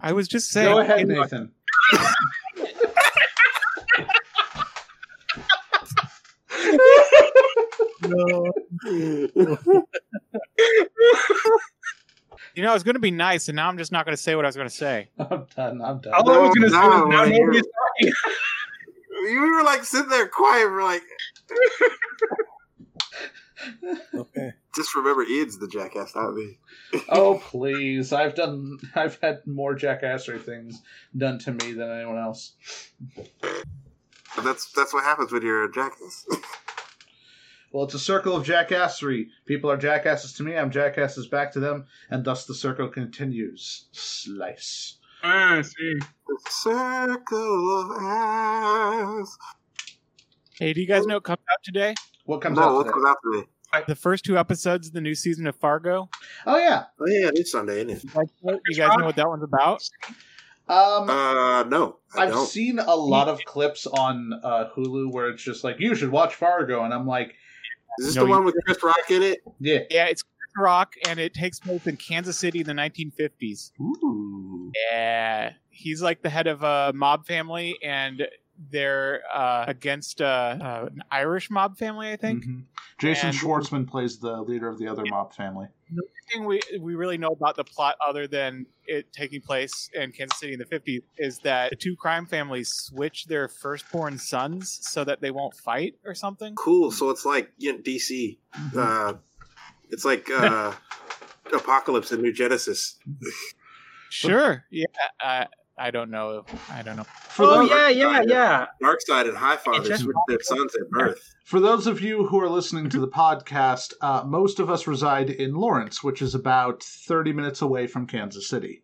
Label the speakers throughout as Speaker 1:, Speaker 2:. Speaker 1: I was just saying.
Speaker 2: Go ahead,
Speaker 1: you know,
Speaker 2: Nathan.
Speaker 1: no. You know, I was going to be nice, and now I'm just not going to say what I was going to say.
Speaker 2: I'm done. I'm done.
Speaker 3: All I was gonna say was now
Speaker 4: I hear-
Speaker 3: nobody's
Speaker 4: You were like sitting there quiet. We're like,
Speaker 5: Okay.
Speaker 4: just remember, Ian's the jackass, not me.
Speaker 2: Oh please! I've done. I've had more jackassery things done to me than anyone else.
Speaker 4: But that's that's what happens when you're a jackass.
Speaker 2: Well, it's a circle of jackassery. People are jackasses to me. I'm jackasses back to them, and thus the circle continues. Slice.
Speaker 3: Ah, I see.
Speaker 4: The Circle of ass.
Speaker 1: Hey, do you guys know what comes out today?
Speaker 2: What comes
Speaker 4: No,
Speaker 2: out?
Speaker 4: what
Speaker 2: Today?
Speaker 4: comes out today?
Speaker 1: The first two episodes of the new season of Fargo.
Speaker 2: Oh yeah.
Speaker 4: Oh yeah, it's Sunday, isn't it?
Speaker 1: You guys know- you guys know what that one's about?
Speaker 2: Um,
Speaker 4: Uh, no, I
Speaker 2: I've
Speaker 4: don't.
Speaker 2: seen a lot of clips on uh, Hulu where it's just like you should watch Fargo, and I'm like,
Speaker 4: Is this
Speaker 1: No,
Speaker 4: the
Speaker 1: you-
Speaker 4: one with Chris Rock in it?
Speaker 2: yeah.
Speaker 1: Yeah, it's Chris rock, and it takes place in Kansas City in the 1950s.
Speaker 4: Ooh.
Speaker 1: Yeah, he's like the head of a mob family, and they're uh, against uh, uh, an Irish mob family, I think.
Speaker 2: Mhm. Jason
Speaker 1: And-
Speaker 2: Schwartzman plays the leader of the other mob family.
Speaker 1: thing we we really know about the plot other than it taking place in Kansas City in the 50s is that the two crime families switch their firstborn sons so that they won't fight or something.
Speaker 4: Cool. So it's like you know, DC. Uh, it's like uh, Apocalypse and New Genesis.
Speaker 1: Sure. Yeah, I I don't know. I don't know.
Speaker 2: For,
Speaker 3: Oh
Speaker 2: those,
Speaker 3: yeah, yeah, yeah.
Speaker 4: Dark Side and High Father
Speaker 3: It's-
Speaker 4: with their sons at birth.
Speaker 2: for those of you who are listening to the podcast, uh, most of us reside in Lawrence, which is about 30 minutes away from Kansas City.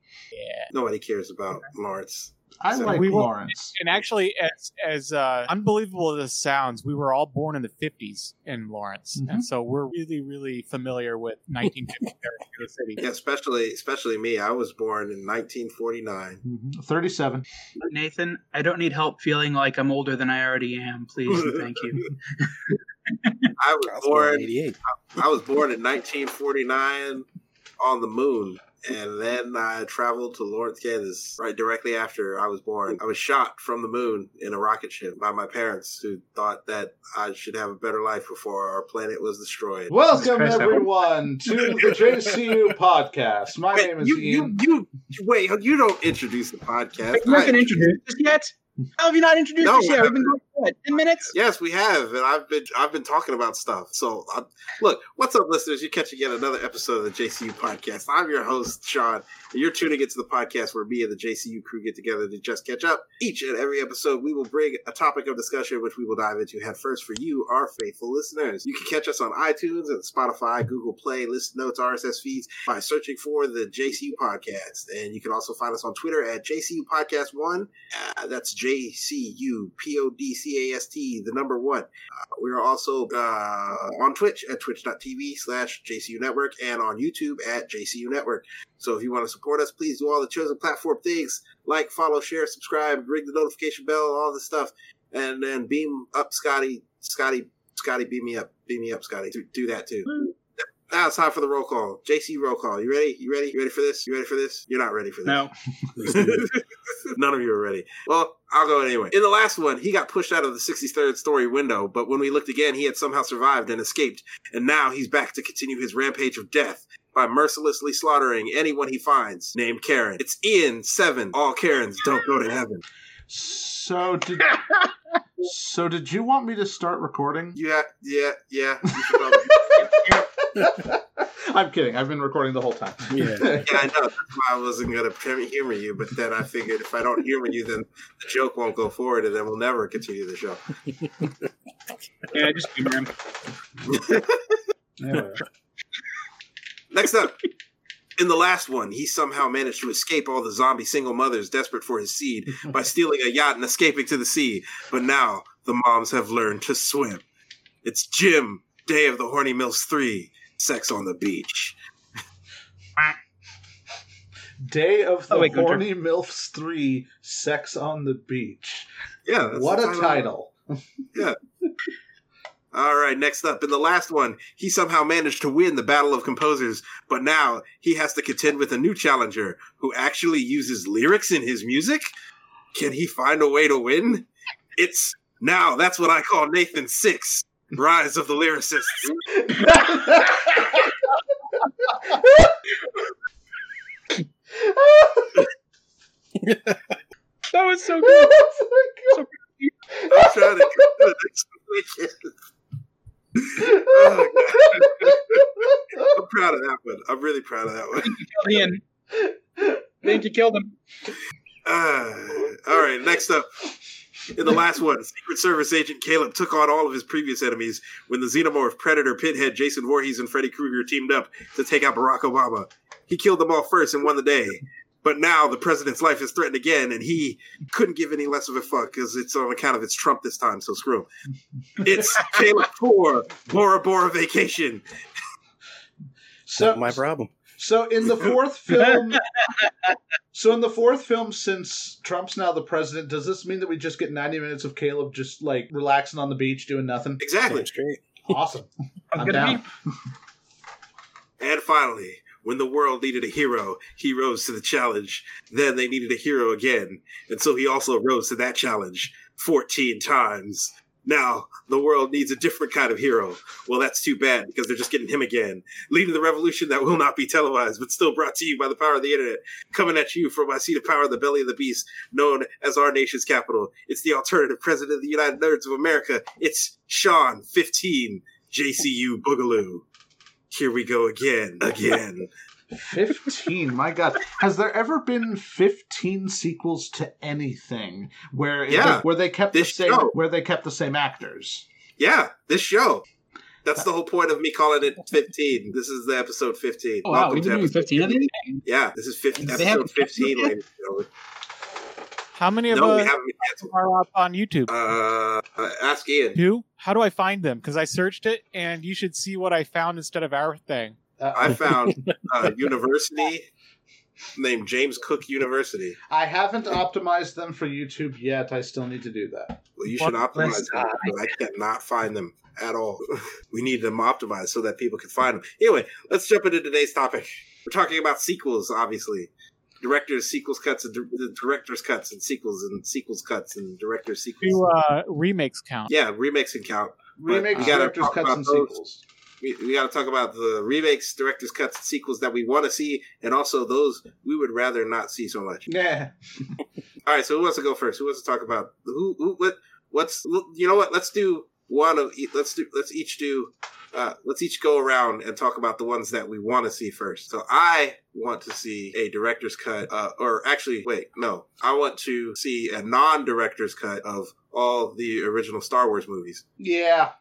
Speaker 4: Nobody cares about Lawrence.
Speaker 2: I
Speaker 4: So
Speaker 2: like
Speaker 1: we will-
Speaker 2: Lawrence.
Speaker 1: And actually as as uh, unbelievable as this sounds, we were all born in the 50s in Lawrence.
Speaker 3: Mm-hmm.
Speaker 1: And so we're really really familiar with 1950s Kansas City.
Speaker 4: Yeah, especially especially me. I was born in 1949.
Speaker 2: Mhm. 37.
Speaker 3: Nathan, I don't need help feeling like I'm older than I already am. Please, and thank you.
Speaker 4: I was
Speaker 5: That's
Speaker 4: born.
Speaker 5: 88.
Speaker 4: I was born in 1949 on the moon, and then I traveled to Lawrence, Kansas, right directly after I was born. I was shot from the moon in a rocket ship by my parents, who thought that I should have a better life before our planet was destroyed.
Speaker 2: Welcome,
Speaker 3: Christ, that
Speaker 2: everyone, to the JCU podcast. My
Speaker 4: Wait,
Speaker 2: name is
Speaker 4: you,
Speaker 2: Ian.
Speaker 4: you, you, wait, you don't introduce the podcast.
Speaker 3: Have you not
Speaker 4: I-
Speaker 3: been introduced this yet? How have you not introduced
Speaker 4: No,
Speaker 3: us yet?
Speaker 4: I
Speaker 3: We've been going for what, ten minutes.
Speaker 4: Yes, we have, and I've been I've been talking about stuff. So, uh, look, what's up, listeners? You're catching yet another episode of the JCU podcast. I'm your host, Sean, and you're tuning into the podcast where me and the JCU crew get together to just catch up. Each and every episode, we will bring a topic of discussion, which we will dive into head first for you, our faithful listeners. You can catch us on iTunes and Spotify, Google Play, List Notes, RSS feeds by searching for the JCU podcast, and you can also find us on Twitter at JCU Podcast One. Uh, that's J C U P O D C A S T, the number one. Uh, we are also uh, on Twitch at twitch.tv slash JCU Network and on YouTube at JCU Network. So if you want to support us, please do all the chosen platform things like, follow, share, subscribe, ring the notification bell, all this stuff. And then beam up Scotty. Scotty, Scotty, beam me up. Beam me up, Scotty. Do, do that too. Now it's time for the roll call. JC roll call. You ready? You ready? You ready for this? You ready for this? You're not ready for this.
Speaker 3: No.
Speaker 4: None of you are ready. Well, I'll go anyway. In the last one, he got pushed out of the 63rd story window, but when we looked again, he had somehow survived and escaped, and now he's back to continue his rampage of death by mercilessly slaughtering anyone he finds named Karen. It's Ian 7. All Karens don't go to heaven.
Speaker 2: So did so did you want me to start recording?
Speaker 4: Yeah, yeah, yeah. You should probably-
Speaker 2: I'm kidding. I've been recording the whole time.
Speaker 5: Yeah.
Speaker 4: yeah, I know. That's why I wasn't going to humor you, but then I figured if I don't humor you, then the joke won't go forward, and then we'll never continue the show.
Speaker 3: Yeah, just humor him.
Speaker 2: Anyway.
Speaker 4: Next up, in the last one, he somehow managed to escape all the zombie single mothers desperate for his seed by stealing a yacht and escaping to the sea. But now the moms have learned to swim. It's Jim, Day of the Horny Mills 3, Sex on the Beach.
Speaker 2: Day of the
Speaker 3: Oh, wait, go
Speaker 2: Horny MILFs 3 Sex on the Beach.
Speaker 4: Yeah. Uh, that's
Speaker 2: What
Speaker 4: the
Speaker 2: a title.
Speaker 4: Yeah. All right, next up, in the last one, he somehow managed to win the Battle of Composers, but now he has to contend with a new challenger who actually uses lyrics in his music? Can he find a way to win? It's now, that's what I call Nathan Six, Rise of the Lyricists.
Speaker 3: That was so good.
Speaker 2: Oh
Speaker 4: I'm trying to get to the next one. Oh, God. I'm proud of that one. I'm really proud of that one.
Speaker 3: Alien. They need to kill them.
Speaker 4: Uh, all right, next up. In the last one, Secret Service agent Caleb took on all of his previous enemies when the xenomorph Predator Pinhead, Jason Voorhees, and Freddy Krueger teamed up to take out Barack Obama. He killed them all first and won the day. But now the president's life is threatened again, and he couldn't give any less of a fuck because it's on account of it's Trump this time, so screw him. It's Caleb 4 Bora Bora Vacation.
Speaker 2: So,
Speaker 5: my problem.
Speaker 2: so in the fourth film, so in the fourth film, since Trump's now the president, does this mean that we just get ninety minutes of Caleb just like relaxing on the beach doing nothing?
Speaker 4: Exactly.
Speaker 5: Damn straight.
Speaker 2: Awesome.
Speaker 3: I'm
Speaker 2: I'm
Speaker 3: gonna
Speaker 2: down.
Speaker 3: be
Speaker 4: And finally, when the world needed a hero, he rose to the challenge. Then they needed a hero again. And so he also rose to that challenge 14 times. Now the world needs a different kind of hero. Well, that's too bad because they're just getting him again. Leading the revolution that will not be televised, but still brought to you by the power of the internet. Coming at you from my seat of power, the belly of the beast, known as our nation's capital. It's the alternative president of the United Nerds of America. It's Sean 15, JCU Boogaloo here we go again, again.
Speaker 2: 15 my god has there ever been 15 sequels to anything where it-
Speaker 4: Yeah.
Speaker 2: where they kept the
Speaker 4: This
Speaker 2: same
Speaker 4: show.
Speaker 2: where they kept the same actors
Speaker 4: yeah, this show. That's the whole point of me calling it 15. This is the episode 15.
Speaker 6: Oh, wow,
Speaker 4: Welcome
Speaker 6: we
Speaker 4: to
Speaker 6: didn't do
Speaker 4: episode-
Speaker 6: 15 of these?
Speaker 4: Yeah, this is 15,
Speaker 6: They
Speaker 4: episode
Speaker 6: haven't-
Speaker 4: 15. ladies and
Speaker 1: How many of
Speaker 4: gentlemen. No, we
Speaker 1: us
Speaker 4: haven't been canceled.
Speaker 1: are up on YouTube?
Speaker 4: Uh, uh, ask Ian.
Speaker 1: Two? How do I find them? Because I searched it, and you should see what I found instead of our thing.
Speaker 2: uh,
Speaker 4: I found a university named James Cook University.
Speaker 2: i haven't optimized them for youtube yet i still need to do that
Speaker 4: Well, you should
Speaker 1: What?
Speaker 4: optimize
Speaker 3: Let's
Speaker 4: them. because I cannot find them at all. We need them optimized so that people can find them. Anyway, let's jump into today's topic. We're talking about sequels, obviously. Directors, sequels, cuts, and di- the directors' cuts, and sequels, and sequels, cuts, and directors'
Speaker 1: Do
Speaker 4: sequels.
Speaker 1: uh, remakes count?
Speaker 4: Yeah, remakes and count. But
Speaker 2: remakes
Speaker 4: we gotta
Speaker 2: directors
Speaker 4: talk
Speaker 2: cuts
Speaker 4: about
Speaker 2: and
Speaker 4: those.
Speaker 2: sequels
Speaker 4: We, we got to talk about the remakes, directors' cuts, and sequels that we want to see, and also those we would rather not see so much.
Speaker 2: yeah
Speaker 4: All right, so who wants to go first? Who wants to talk about who? who what? What's? You know what? Let's do one of. each- Let's do. Let's each do. Uh, let's each go around and talk about the ones that we want to see first. So I want to see a director's cut, uh, or actually, wait, no, I want to see a non-director's cut of all the original Star Wars movies.
Speaker 2: yeah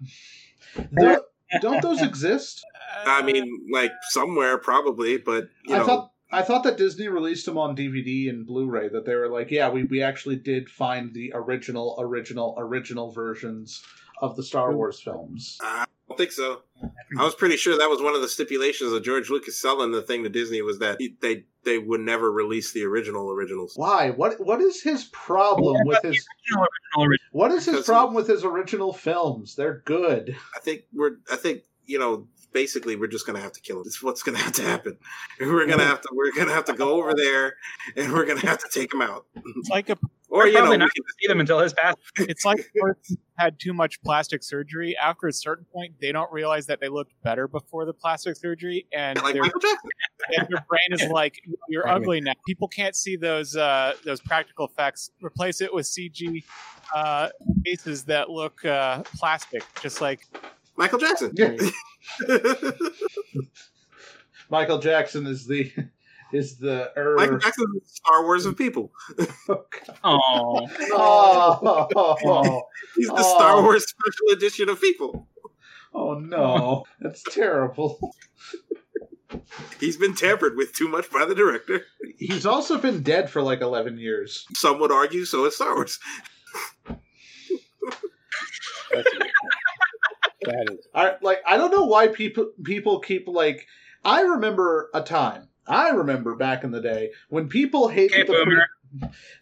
Speaker 2: There- don't those exist
Speaker 4: I
Speaker 1: Uh,
Speaker 4: mean, like somewhere probably, but you
Speaker 2: i
Speaker 4: know,
Speaker 2: thought I thought that Disney released them on DVD and Blu-ray. That they were like, yeah, we, we actually did find the original, original, original versions of the Star Wars films.
Speaker 4: Uh, I don't think so. I was pretty sure that was one of the stipulations of George Lucas selling the thing to Disney was that he, they they would never release the original originals.
Speaker 2: Why? What what is his problem with his
Speaker 3: original, original,
Speaker 2: what is his
Speaker 4: Because-
Speaker 2: problem with his original films? They're good.
Speaker 4: I think we're I think you know basically we're just gonna have to kill him. It's what's gonna have to happen. We're gonna have to we're gonna have to go over there and we're gonna have to take him out.
Speaker 1: it's like a
Speaker 4: Or you know
Speaker 3: Probably
Speaker 4: we
Speaker 3: not.
Speaker 4: can-
Speaker 3: see them until his past.
Speaker 1: it's like a person had too much plastic surgery. After a certain point, they don't realize that they looked better before the plastic surgery, and
Speaker 4: like
Speaker 1: their,
Speaker 4: Michael Jackson.
Speaker 1: and their brain is like, "You're
Speaker 5: Right.
Speaker 1: ugly now." People can't see those uh, those practical effects. Replace it with CG uh, faces that look uh, plastic, just like
Speaker 4: Michael Jackson.
Speaker 2: Yeah. Michael Jackson is the is the er,
Speaker 4: Michael Jackson is the Star Wars of people.
Speaker 3: Oh,
Speaker 2: oh, oh, oh,
Speaker 4: He's the
Speaker 2: Oh.
Speaker 4: Star Wars special edition of people.
Speaker 2: oh, no. That's terrible.
Speaker 4: He's been tampered with too much by the director.
Speaker 2: He's also been dead for like 11 years.
Speaker 4: Some would argue so is Star Wars.
Speaker 5: That's a good point. That is-
Speaker 2: I like I don't know why people people keep like I remember a time. I remember back in the day when people hated
Speaker 3: okay,
Speaker 2: the pre-
Speaker 3: boomer.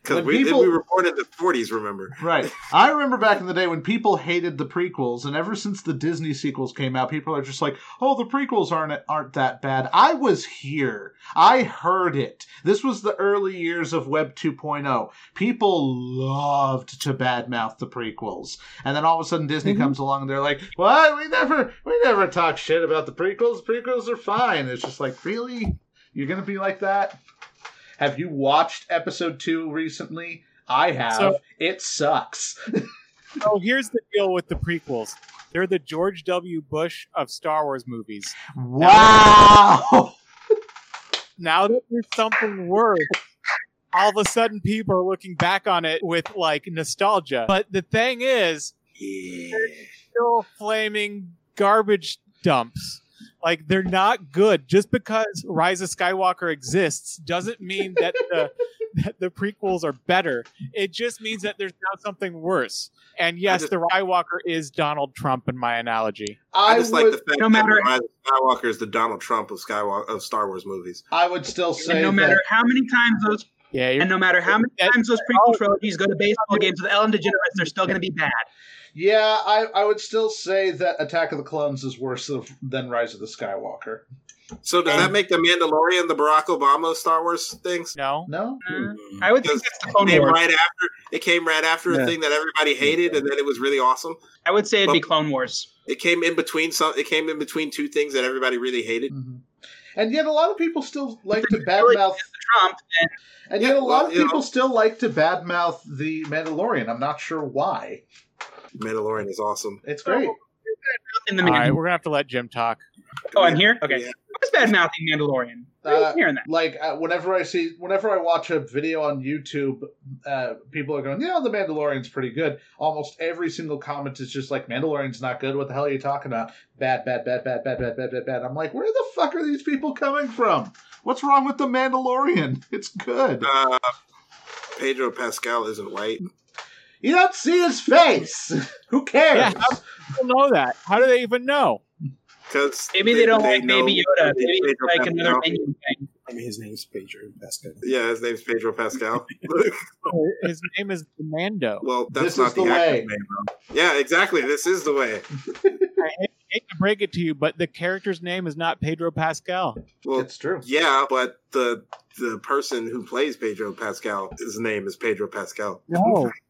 Speaker 4: Because
Speaker 2: When
Speaker 4: we,
Speaker 2: people-
Speaker 4: we reported the 40s, remember?
Speaker 2: Right. I remember back in the day when people hated the prequels, and ever since the Disney sequels came out, people are just like, "Oh, the prequels aren't aren't that bad." I was here. I heard it. This was the early years of Web 2.0. People loved to badmouth the prequels, and then all of a sudden Disney
Speaker 1: Mhm.
Speaker 3: Mm-hmm.
Speaker 2: comes along and they're like, "What? We never we never talk shit about the prequels. Prequels are fine." It's just like, really, you're gonna be like that? Have you watched Episode Two recently? I have.
Speaker 1: So-
Speaker 2: it sucks.
Speaker 1: So here's the deal with the prequels. They're the George W. Bush of Star Wars movies.
Speaker 2: Wow.
Speaker 1: Now that there's something worse, all of a sudden people are looking back on it with like nostalgia. But the thing is,
Speaker 4: Yeah.
Speaker 1: still flaming garbage dumps. Like they're not good. Just because Rise of Skywalker exists doesn't mean that the that the prequels are better. It just means that there's now something worse. And yes,
Speaker 4: just-
Speaker 1: the Skywalker is Donald Trump in my analogy.
Speaker 4: I,
Speaker 2: I,
Speaker 4: just
Speaker 2: would,
Speaker 4: like the fact
Speaker 3: No
Speaker 4: that
Speaker 3: matter-
Speaker 4: Rise of Skywalker is the Donald Trump of Skywalker of Star Wars movies.
Speaker 2: I would still say
Speaker 3: And no matter how many times those
Speaker 1: Yeah, you're
Speaker 3: and no matter how many
Speaker 1: That-
Speaker 3: times those prequel trilogies go to baseball games with Ellen DeGeneres, they're still going to be bad.
Speaker 2: that, yeah, I, I would still say that Attack of the Clones is worse than- than Rise of the Skywalker.
Speaker 4: So does
Speaker 1: And-
Speaker 4: that make the Mandalorian the Barack Obama of Star Wars things?
Speaker 1: no.
Speaker 2: No,
Speaker 4: Mm.
Speaker 3: Uh, I would think
Speaker 4: Because
Speaker 3: that's the Clone
Speaker 4: Came
Speaker 3: Wars.
Speaker 4: right after it came right after
Speaker 5: Yeah.
Speaker 4: a thing that everybody hated, and then it was really awesome.
Speaker 3: I would say it'd be Clone Wars.
Speaker 4: It came in between some. It came in between two things that everybody really hated.
Speaker 2: Mhm. and yet a lot of people still like to badmouth.
Speaker 3: Trump and
Speaker 2: And yet a lot of
Speaker 4: Yeah, well, you
Speaker 2: people still like to badmouth the Mandalorian. I'm not sure why.
Speaker 4: Mandalorian is awesome.
Speaker 2: It's great.
Speaker 3: in the
Speaker 1: All right,
Speaker 3: Mandalorian.
Speaker 1: we're gonna have to let Jim talk.
Speaker 3: Oh, I'm here. Okay,
Speaker 4: Yeah.
Speaker 3: I was bad mouthing Mandalorian. I was
Speaker 2: Uh,
Speaker 3: hearing that.
Speaker 2: like uh, whenever I see, whenever I watch a video on YouTube, uh, people are going, "You know, The Mandalorian's pretty good." Almost every single comment is just like, "Mandalorian's not good. What the hell are you talking about? Bad, bad, bad, bad, bad, bad, bad, bad, bad." I'm like, where the fuck are these people coming from? What's wrong with The Mandalorian? It's good.
Speaker 4: Uh, Pedro Pascal isn't white.
Speaker 2: You don't see his face. Who cares?
Speaker 1: Yeah, how do people know that? How do they even know?
Speaker 4: Because
Speaker 3: Maybe they, don't like Baby Yoda. Maybe it's like another menu thing.
Speaker 5: I mean, his name's Pedro Pascal.
Speaker 4: Yeah, his name's Pedro Pascal.
Speaker 1: His name is Mando.
Speaker 4: well,
Speaker 2: This
Speaker 4: that's
Speaker 2: is
Speaker 4: not the,
Speaker 2: the
Speaker 4: actor's
Speaker 2: way.
Speaker 4: name. Though. Yeah, exactly. This is the way.
Speaker 1: I hate- hate to break it to you, but the character's name is not Pedro Pascal.
Speaker 4: Well,
Speaker 2: it's true.
Speaker 4: yeah, but the the person who plays Pedro Pascal, his name is Pedro Pascal.
Speaker 1: No,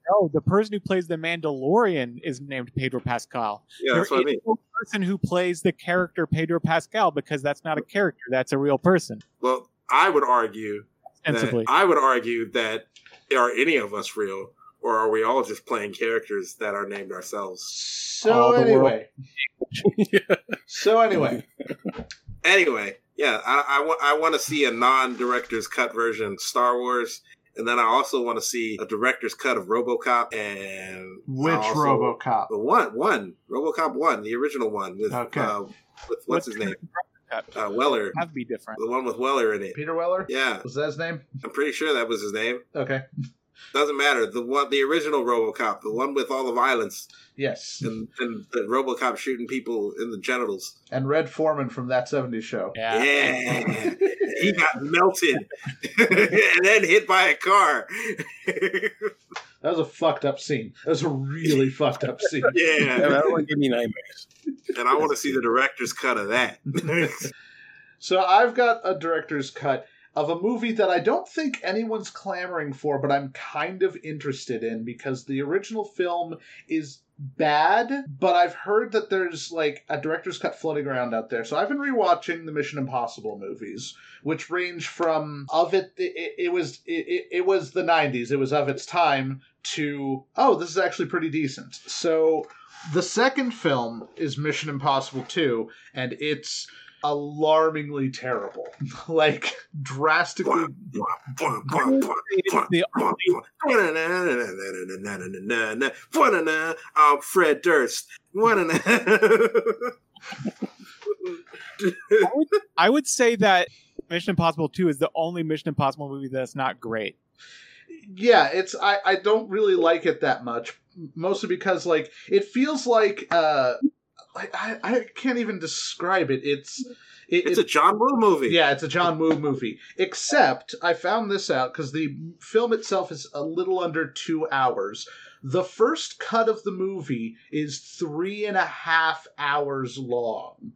Speaker 1: no, the person who plays the Mandalorian is named Pedro Pascal.
Speaker 4: Yeah, that's
Speaker 1: There
Speaker 4: what I mean.
Speaker 1: is no person who plays the character Pedro Pascal because that's not a character, that's a real person.
Speaker 4: Well, I would argue
Speaker 1: Sensibly.
Speaker 4: that I would argue that are any of us real, or are we all just playing characters that are named ourselves?
Speaker 2: So
Speaker 1: All the
Speaker 2: anyway, so anyway,
Speaker 4: Anyway, yeah, I, I, wa- I want to see a non-director's cut version of Star Wars, and then I also want to see a director's cut of RoboCop and I
Speaker 2: which
Speaker 4: also-
Speaker 2: RoboCop?
Speaker 4: The one, one RoboCop one, the original one with
Speaker 2: Okay.
Speaker 4: uh, with what's his name,
Speaker 1: Cut?
Speaker 4: uh, Weller,
Speaker 1: Have to be different.
Speaker 4: the one with Weller in it.
Speaker 2: Peter Weller.
Speaker 4: Yeah,
Speaker 2: Was that his name?
Speaker 4: I'm pretty sure that was his name.
Speaker 2: Okay.
Speaker 4: Doesn't matter. The one, the original RoboCop, the one with all the violence
Speaker 2: Yes.
Speaker 4: and, and the RoboCop shooting people in the genitals.
Speaker 2: And Red Foreman from that '70s show.
Speaker 1: Yeah.
Speaker 4: Yeah, he got melted and then hit by a car.
Speaker 2: That was a fucked up scene. That was a really fucked up scene.
Speaker 5: Yeah,
Speaker 4: yeah,
Speaker 5: that one give me nightmares.
Speaker 4: and I want to see the director's cut of that.
Speaker 2: So I've got a director's cut of a movie that I don't think anyone's clamoring for, but I'm kind of interested in because the original film is bad, but I've heard that there's like a director's cut floating around out there. So I've been rewatching the Mission Impossible movies, which range from of it it, it- it was it, it, it was the 90s, it was of its time to oh, this is actually pretty decent. So the second film is Mission Impossible 2 and it's alarmingly terrible. like drastically
Speaker 1: It's the
Speaker 4: I'm Fred Durst.
Speaker 1: I would say that Mission Impossible 2 is the only Mission Impossible movie that's not great.
Speaker 2: yeah it's I, I don't really like it that much mostly because like it feels like uh I, I, I can't even describe it it's It-
Speaker 4: It's
Speaker 2: it-
Speaker 4: a John Woo movie.
Speaker 2: yeah, it's a John Woo movie. Except I found this out because the film itself is a little under two hours. The first cut of the movie is three and a half hours long.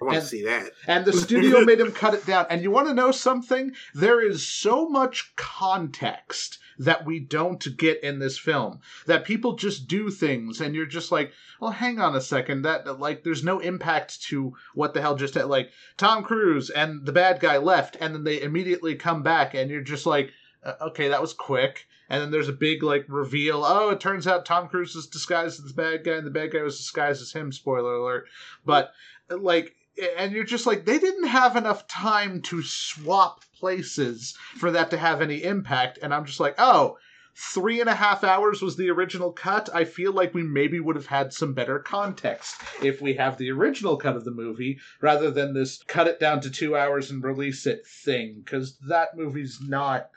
Speaker 4: I want
Speaker 2: And-
Speaker 4: to see that.
Speaker 2: And the studio made him cut it down. And you want to know something? There is so much context that we don't get in this film that people just do things and you're just like, well, hang on a second. That, that, like, there's no impact to what the hell just happened. Like, Tom Cruise and the bad guy left and then they immediately come back and you're just like, uh, okay, that was quick. And then there's a big, like, reveal. Oh, it turns out Tom Cruise is disguised as the bad guy and the bad guy was disguised as him. Spoiler alert. But, like, and you're just like they didn't have enough time to swap places for that to have any impact and i'm just like oh three and a half hours was the original cut i feel like we maybe would have had some better context if we have the original cut of the movie rather than this cut it down to two hours and release it thing because that movie's not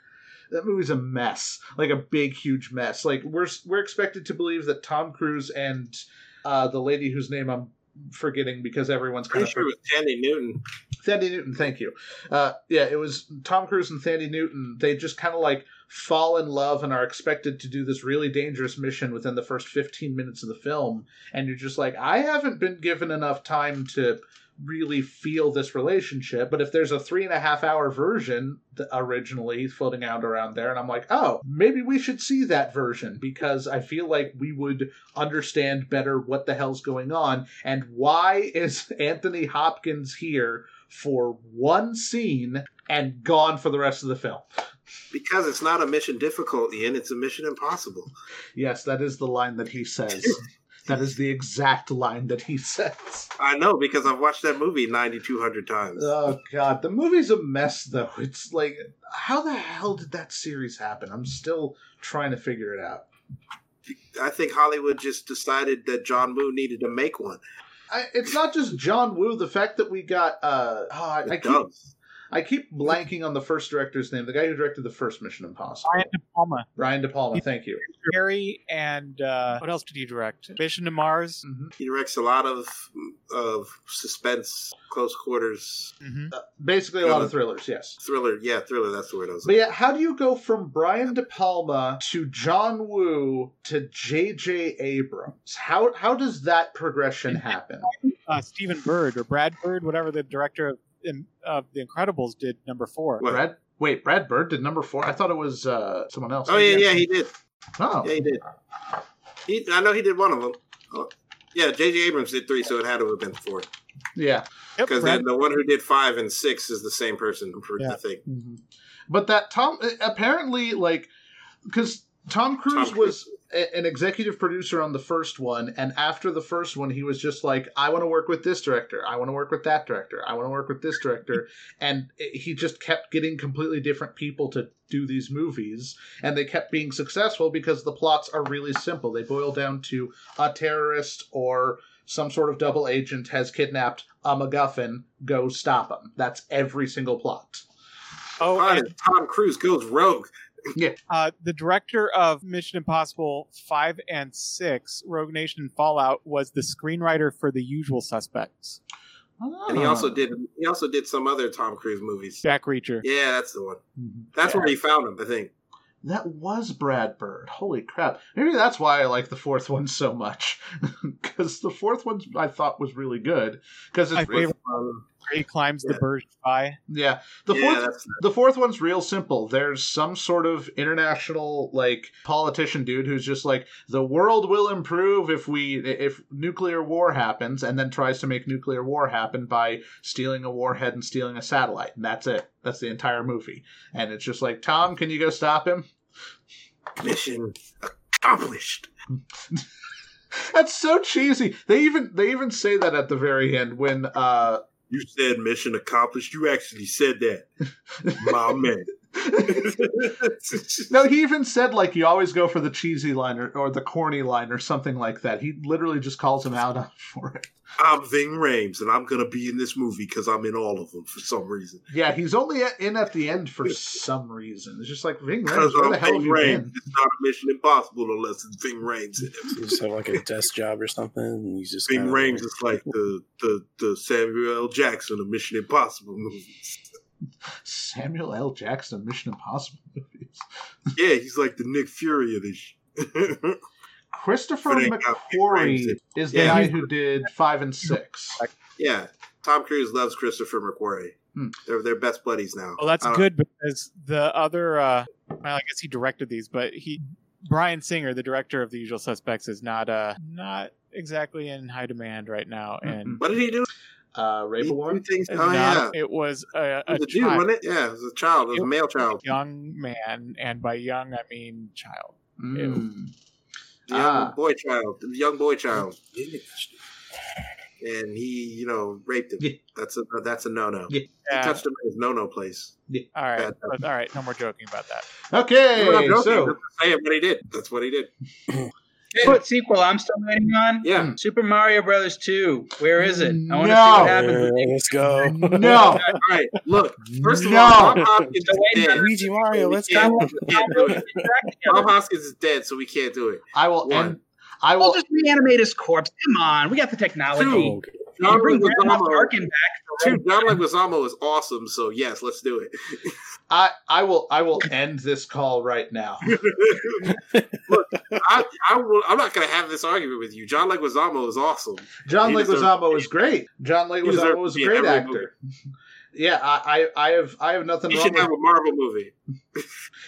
Speaker 2: that movie's a mess like a big huge mess like we're we're expected to believe that tom cruise and uh, the lady whose name i'm forgetting because everyone's kind of
Speaker 4: Pretty sure it was Tandy Newton.
Speaker 2: Thandie Newton, thank you. Uh, yeah, it was Tom Cruise and Thandie Newton. They just kind of like fall in love and are expected to do this really dangerous mission within the first 15 minutes of the film. And you're just like, I haven't been given enough time to really feel this relationship. But if there's a three and a half hour version th- originally floating out around there, and I'm like, oh, maybe we should see that version because I feel like we would understand better what the hell's going on and why is Anthony Hopkins here for one scene and gone for the rest of the film.
Speaker 4: Because it's not a mission difficult, Ian. It's a mission impossible.
Speaker 2: Yes, that is the line that he says. that is the exact line that he says.
Speaker 4: I know because I've watched that movie 9,200 times.
Speaker 2: Oh god, the movie's a mess though. It's like how the hell did that series happen? I'm still trying to figure it out.
Speaker 4: I think Hollywood just decided that John Woo needed to make one.
Speaker 2: I, it's not just John Woo. The fact that we got uh, oh, I, I keep
Speaker 4: It does.
Speaker 2: I keep blanking on the first director's name. The guy who directed the first Mission Impossible,
Speaker 1: Brian De Palma,
Speaker 2: Brian De Palma. Thank you.
Speaker 1: Harry, and uh, what else did he direct? Mission to Mars.
Speaker 2: hmm
Speaker 4: He directs a lot of of suspense, close quarters,
Speaker 1: hmm
Speaker 2: Mm-hmm. Uh, Basically, a lot of thrillers. Yes.
Speaker 4: thriller. Yeah, thriller. That's the word I was.
Speaker 2: But yeah, how do you go from Brian De Palma to John Woo to J.J. Abrams? How how does that progression happen?
Speaker 1: Uh, Stephen Bird or Brad Bird, whatever the director of, in, of The Incredibles did, number four.
Speaker 4: What?
Speaker 2: Brad, wait, Brad Bird did number four. I thought it was uh, someone else.
Speaker 4: Oh yeah, yeah, he did.
Speaker 2: Oh,
Speaker 4: Yeah, he did. He, I know he did one of them. Oh. Yeah, J.J. Abrams did three, so it had to have been four.
Speaker 2: yeah.
Speaker 1: Yep,
Speaker 4: Because
Speaker 1: Brad-
Speaker 4: then the one who did five and six is the same person. For
Speaker 1: Yeah.
Speaker 4: the thing.
Speaker 2: Mhm. But that Tom eh, apparently like because Tom Cruise
Speaker 4: Tom Cruise.
Speaker 2: was a- an executive producer on the first one, and after the first one, he was just like, "I want to work with this director. I want to work with that director. I want to work with this director," and it- he just kept getting completely different people to do these movies, and they kept being successful because the plots are really simple. They boil down to a terrorist or some sort of double agent has kidnapped a MacGuffin. Go stop him. That's every single plot.
Speaker 1: oh,
Speaker 4: Fine,
Speaker 1: and,
Speaker 4: Tom Cruise goes rogue.
Speaker 1: uh, the director of Mission Impossible five and six, Rogue Nation, and Fallout, was the screenwriter for The Usual Suspects.
Speaker 4: And
Speaker 2: Uh-huh.
Speaker 4: he also did he also did some other Tom Cruise movies.
Speaker 1: Jack Reacher.
Speaker 4: Yeah, that's the one.
Speaker 2: Mhm.
Speaker 4: That's where he found him, I think.
Speaker 2: That was Brad Bird. Holy crap. Maybe that's why I like the fourth one so much. Because the fourth one I thought was really good. Because
Speaker 1: My
Speaker 2: it's
Speaker 1: favorite.
Speaker 4: Um,
Speaker 1: He climbs the
Speaker 4: Yeah.
Speaker 1: Burj Sky.
Speaker 2: yeah. The
Speaker 4: yeah,
Speaker 2: fourth
Speaker 4: that's
Speaker 2: the fourth one's real simple. There's some sort of international like politician dude who's just like the world will improve if we if nuclear war happens and then tries to make nuclear war happen by stealing a warhead and stealing a satellite. And that's it. That's the entire movie. And it's just like, "Tom, can you go stop him?"
Speaker 4: mission accomplished.
Speaker 2: That's so cheesy. They even they even say that at the very end when uh
Speaker 4: You said mission accomplished. You actually said that, my man.
Speaker 2: No, he even said like you always go for the cheesy line or, or the corny line or something like that. He literally just calls him out on- for it.
Speaker 4: I'm Ving Rames, and I'm gonna be in this movie because I'm in all of them for some reason.
Speaker 2: Yeah, he's only at, in at the end for some reason. It's just like Ving Rhames,
Speaker 4: Because
Speaker 2: where the
Speaker 4: I'm
Speaker 2: hell have
Speaker 4: Ving
Speaker 2: you
Speaker 4: Rames.
Speaker 2: been?
Speaker 4: It's not a Mission Impossible unless it's Ving Rames in it.
Speaker 5: You just have like a desk job or something. And you just
Speaker 4: Ving
Speaker 5: kinda
Speaker 4: Rames
Speaker 5: like-
Speaker 4: is like the, the the Samuel L. Jackson of Mission Impossible movies.
Speaker 2: Samuel L. Jackson, Mission Impossible movies.
Speaker 4: Yeah, he's like the Nick Fury of this. shit.
Speaker 2: Christopher
Speaker 4: But they got Ving Rhames
Speaker 2: McQuarrie
Speaker 4: in-
Speaker 2: is the
Speaker 4: Yeah,
Speaker 2: guy
Speaker 4: he's-
Speaker 2: who did five and six.
Speaker 4: yeah, Tom Cruise loves Christopher McQuarrie.
Speaker 2: Hmm.
Speaker 4: They're they're best buddies now.
Speaker 1: Well, that's
Speaker 4: I don't-
Speaker 1: good because the other, uh, well, I guess he directed these, but he, Brian Singer, the director of The Usual Suspects, is not uh not exactly in high demand right now, and
Speaker 4: What did he do?
Speaker 2: Uh, Ray
Speaker 4: He did
Speaker 2: Born?
Speaker 4: things-
Speaker 1: is
Speaker 4: Oh yeah,
Speaker 1: not- it was a,
Speaker 4: it
Speaker 1: a
Speaker 4: was a dude,
Speaker 1: child,
Speaker 4: wasn't it? Yeah, it was a child. It was a male child.
Speaker 1: young man, and by young I mean child.
Speaker 2: Mm.
Speaker 4: The young
Speaker 2: Ah.
Speaker 4: boy child, the young boy child,
Speaker 5: Yeah.
Speaker 4: and he, you know, raped him.
Speaker 3: Yeah.
Speaker 4: That's a uh, that's a no no.
Speaker 3: Yeah.
Speaker 4: He
Speaker 1: Yeah.
Speaker 4: touched him in his no no place.
Speaker 1: all right,
Speaker 4: bad touch.
Speaker 1: all right, no more joking about that.
Speaker 2: Okay,
Speaker 4: I'm not joking.
Speaker 2: so
Speaker 4: That's saying what he did. That's what he did.
Speaker 3: But sequel I'm still waiting on.
Speaker 4: Yeah.
Speaker 2: Hmm.
Speaker 3: Super Mario Brothers 2 Where is it? I
Speaker 2: No.
Speaker 3: want to see what happens.
Speaker 5: Uh, let's go.
Speaker 2: no,
Speaker 4: All right. Look, first of
Speaker 2: No.
Speaker 4: all, Bob Hopkins
Speaker 3: So
Speaker 4: is
Speaker 3: wait a
Speaker 4: dead.
Speaker 3: minute.
Speaker 5: Luigi Mario, let's
Speaker 4: Yeah.
Speaker 5: go.
Speaker 4: We can't do it. Bob Hoskins is dead, so we can't do it.
Speaker 2: I will
Speaker 4: One.
Speaker 2: end. I
Speaker 3: We'll
Speaker 2: will.
Speaker 3: just reanimate his corpse. Come on, we got the technology.
Speaker 4: Two.
Speaker 5: Oh,
Speaker 3: You bring
Speaker 4: John
Speaker 3: Grandma
Speaker 4: Leguizamo-
Speaker 3: Tarkin back. For
Speaker 4: Dude, John Leguizamo is awesome, so yes, let's do it.
Speaker 2: I, I will. I will end this call right now.
Speaker 4: Look, I, I will, I'm not going to have this argument with you. John Leguizamo is awesome.
Speaker 2: John
Speaker 4: He deserves-
Speaker 2: Leguizamo is great. John Leguizamo
Speaker 4: deserves
Speaker 2: was a
Speaker 4: to be in
Speaker 2: great
Speaker 4: every
Speaker 2: actor. Yeah, I, I, I have, I have nothing
Speaker 4: He
Speaker 2: wrong.
Speaker 4: should
Speaker 2: With,
Speaker 4: have a Marvel movie.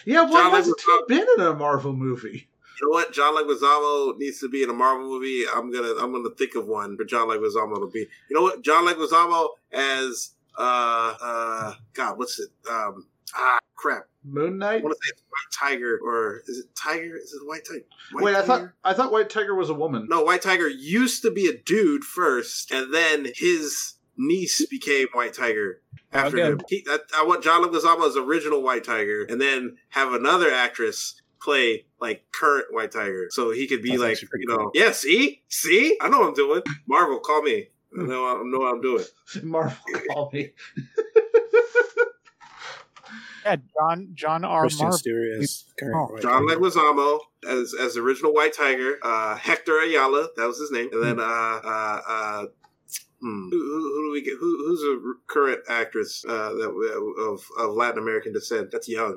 Speaker 2: yeah, why
Speaker 4: John
Speaker 2: hasn't
Speaker 4: Leguizamo-
Speaker 2: he been in a Marvel movie?
Speaker 4: You know what? John Leguizamo needs to be in a Marvel movie. I'm gonna I'm gonna think of one for John Leguizamo to be. You know what? John Leguizamo as uh uh God, what's it? Um ah crap.
Speaker 2: Moon
Speaker 4: I
Speaker 2: Knight.
Speaker 4: want to say it's White Tiger or is it Tiger? Is it White Tiger? White
Speaker 2: Wait, I thought,
Speaker 4: Tiger?
Speaker 2: I thought White Tiger was a woman.
Speaker 5: Um,
Speaker 4: no. White Tiger used to be a dude first, and then his niece became White Tiger. After
Speaker 5: Okay.
Speaker 4: him, he, I, I want John Leguizamo's original White Tiger, and then have another actress play like current White Tiger, so he could be
Speaker 5: That's
Speaker 4: like,
Speaker 5: actually pretty
Speaker 4: you know,
Speaker 5: cool.
Speaker 4: yeah, see, see, I know what I'm doing. Marvel, call me. I know, I know what I'm doing.
Speaker 2: Marvel call me.
Speaker 1: Yeah, John John R.
Speaker 5: Christian
Speaker 1: Marvel.
Speaker 5: Stewart is current white
Speaker 4: John
Speaker 5: guy.
Speaker 4: Leguizamo as as the original White Tiger, uh, Hector Ayala, that was his name, and then uh, uh, uh, hmm, who, who, who do we get? Who, who's a r- current actress uh, that we- of of Latin American descent that's young?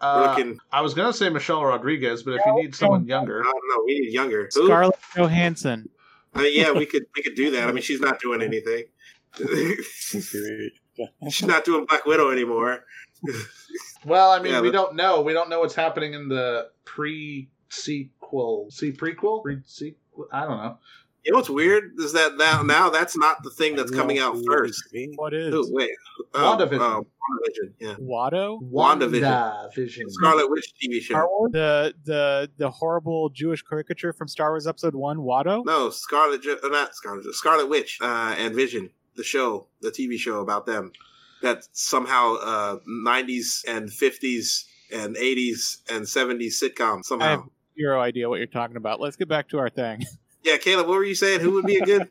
Speaker 4: We're
Speaker 2: Uh,
Speaker 4: looking,
Speaker 2: I was gonna say Michelle Rodriguez, but if you need someone younger,
Speaker 4: I don't know, we need younger. Who?
Speaker 1: Scarlett Johansson.
Speaker 4: I mean, yeah, we could we could do that. I mean, she's not doing anything.
Speaker 5: Christian
Speaker 4: she's
Speaker 5: Stewart.
Speaker 4: not doing Black Widow anymore.
Speaker 2: well, I mean,
Speaker 4: Yeah,
Speaker 2: we
Speaker 4: but-
Speaker 2: don't know. We don't know what's happening in the pre sequel, see prequel, pre sequel. I don't know.
Speaker 4: You know what's weird is that now now that's not the thing that's coming out first.
Speaker 1: What is
Speaker 4: Ooh, wait,
Speaker 2: WandaVision.
Speaker 4: Uh, WandaVision, yeah.
Speaker 1: Watto?
Speaker 4: WandaVision.
Speaker 2: Vision.
Speaker 4: Scarlet Witch TV show.
Speaker 1: Star Wars? The the the horrible Jewish caricature from Star Wars Episode One, Watto.
Speaker 4: No, Scarlet, Jo- uh, not Scarlet, Jo- Scarlet Witch uh, and Vision, the show, the TV show about them. That somehow uh, 90s and 50s and 80s and 70s sitcom somehow.
Speaker 1: I have- Zero idea what you're talking about. Let's get back to our thing.
Speaker 4: Yeah, Caleb, what were you saying? Who would be a good?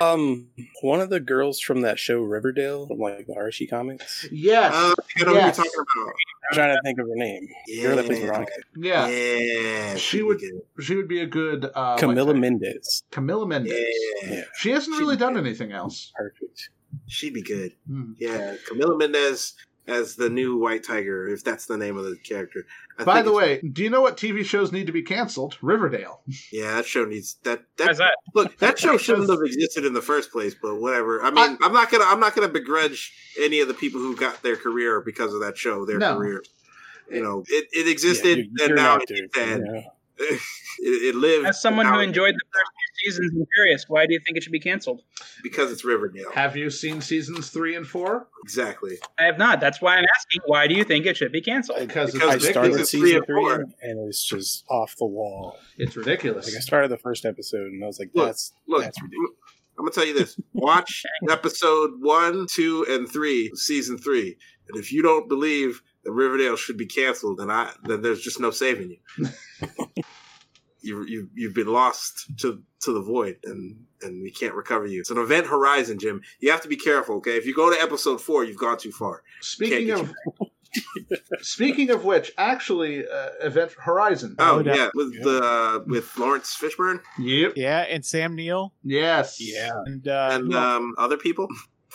Speaker 5: Um, one of the girls from that show Riverdale, from like the Archie comics.
Speaker 2: Yes.
Speaker 4: Uh, I know
Speaker 2: Yes.
Speaker 4: who you're talking about.
Speaker 5: I'm trying to think of her name. The girl that plays Veronica.
Speaker 2: yeah.
Speaker 4: Yeah, yeah,
Speaker 2: She
Speaker 4: she'd be
Speaker 2: would-
Speaker 4: good.
Speaker 2: She would be a good uh,
Speaker 5: Camilla
Speaker 2: Mendez.
Speaker 5: Mendez.
Speaker 2: Camilla Mendez.
Speaker 4: Yeah,
Speaker 2: She hasn't
Speaker 4: She'd
Speaker 2: really
Speaker 4: be
Speaker 2: done
Speaker 4: good.
Speaker 2: anything else.
Speaker 5: Perfect.
Speaker 4: she'd be good.
Speaker 2: Hmm.
Speaker 4: Yeah, Camila Mendez as the new White Tiger, if that's the name of the character. I
Speaker 2: By
Speaker 4: think
Speaker 2: the
Speaker 4: it's-
Speaker 2: way, do you know what TV shows need to be canceled? Riverdale.
Speaker 4: yeah, that show needs that. That
Speaker 3: How's that?
Speaker 4: Look, that show shouldn't have existed in the first place, but whatever. I mean, I, am not gonna I'm not gonna begrudge any of the people who got their career because of that show, their
Speaker 2: No.
Speaker 4: career. You know, it, it
Speaker 5: Yeah,
Speaker 4: existed
Speaker 5: you're- you're
Speaker 4: and now
Speaker 5: an
Speaker 4: it's
Speaker 5: actor,
Speaker 4: dead.
Speaker 5: you know.
Speaker 4: It, it lived
Speaker 3: As someone who
Speaker 4: now
Speaker 3: enjoyed the first few seasons, I'm curious. Why do you think it should be canceled?
Speaker 4: because it's Riverdale.
Speaker 2: Have you seen seasons three and four?
Speaker 4: Exactly.
Speaker 3: I have not. That's why I'm asking. Why do you think it should be canceled?
Speaker 2: Because it's
Speaker 4: Because
Speaker 5: I
Speaker 4: Vic
Speaker 5: started
Speaker 4: is
Speaker 2: ridiculous.
Speaker 4: three
Speaker 5: season
Speaker 4: and
Speaker 5: three,
Speaker 4: four.
Speaker 5: and it's just off the wall.
Speaker 2: It's ridiculous.
Speaker 5: Like I started the first episode, and I was like,
Speaker 4: Look,
Speaker 5: "That's
Speaker 4: Look,
Speaker 5: that's ridiculous."
Speaker 4: I'm gonna tell you this. Watch episode one, two, and three, season three. And if you don't believe that Riverdale should be canceled, and I that there's just no saving you. you you you've been lost to to the void, and and we can't recover you. It's an event horizon, Jim. You have to be careful, okay? If you go to episode four, you've gone too far.
Speaker 2: Speaking
Speaker 4: Can't
Speaker 2: of speaking of which, actually, uh, Event Horizon.
Speaker 4: Oh
Speaker 1: No doubt.
Speaker 4: yeah, with the uh, with Lawrence Fishburne
Speaker 2: Yep.
Speaker 1: Yeah, and Sam Neill
Speaker 2: Yes.
Speaker 5: Yeah.
Speaker 1: and, uh,
Speaker 4: and
Speaker 1: who else?
Speaker 4: um, other people.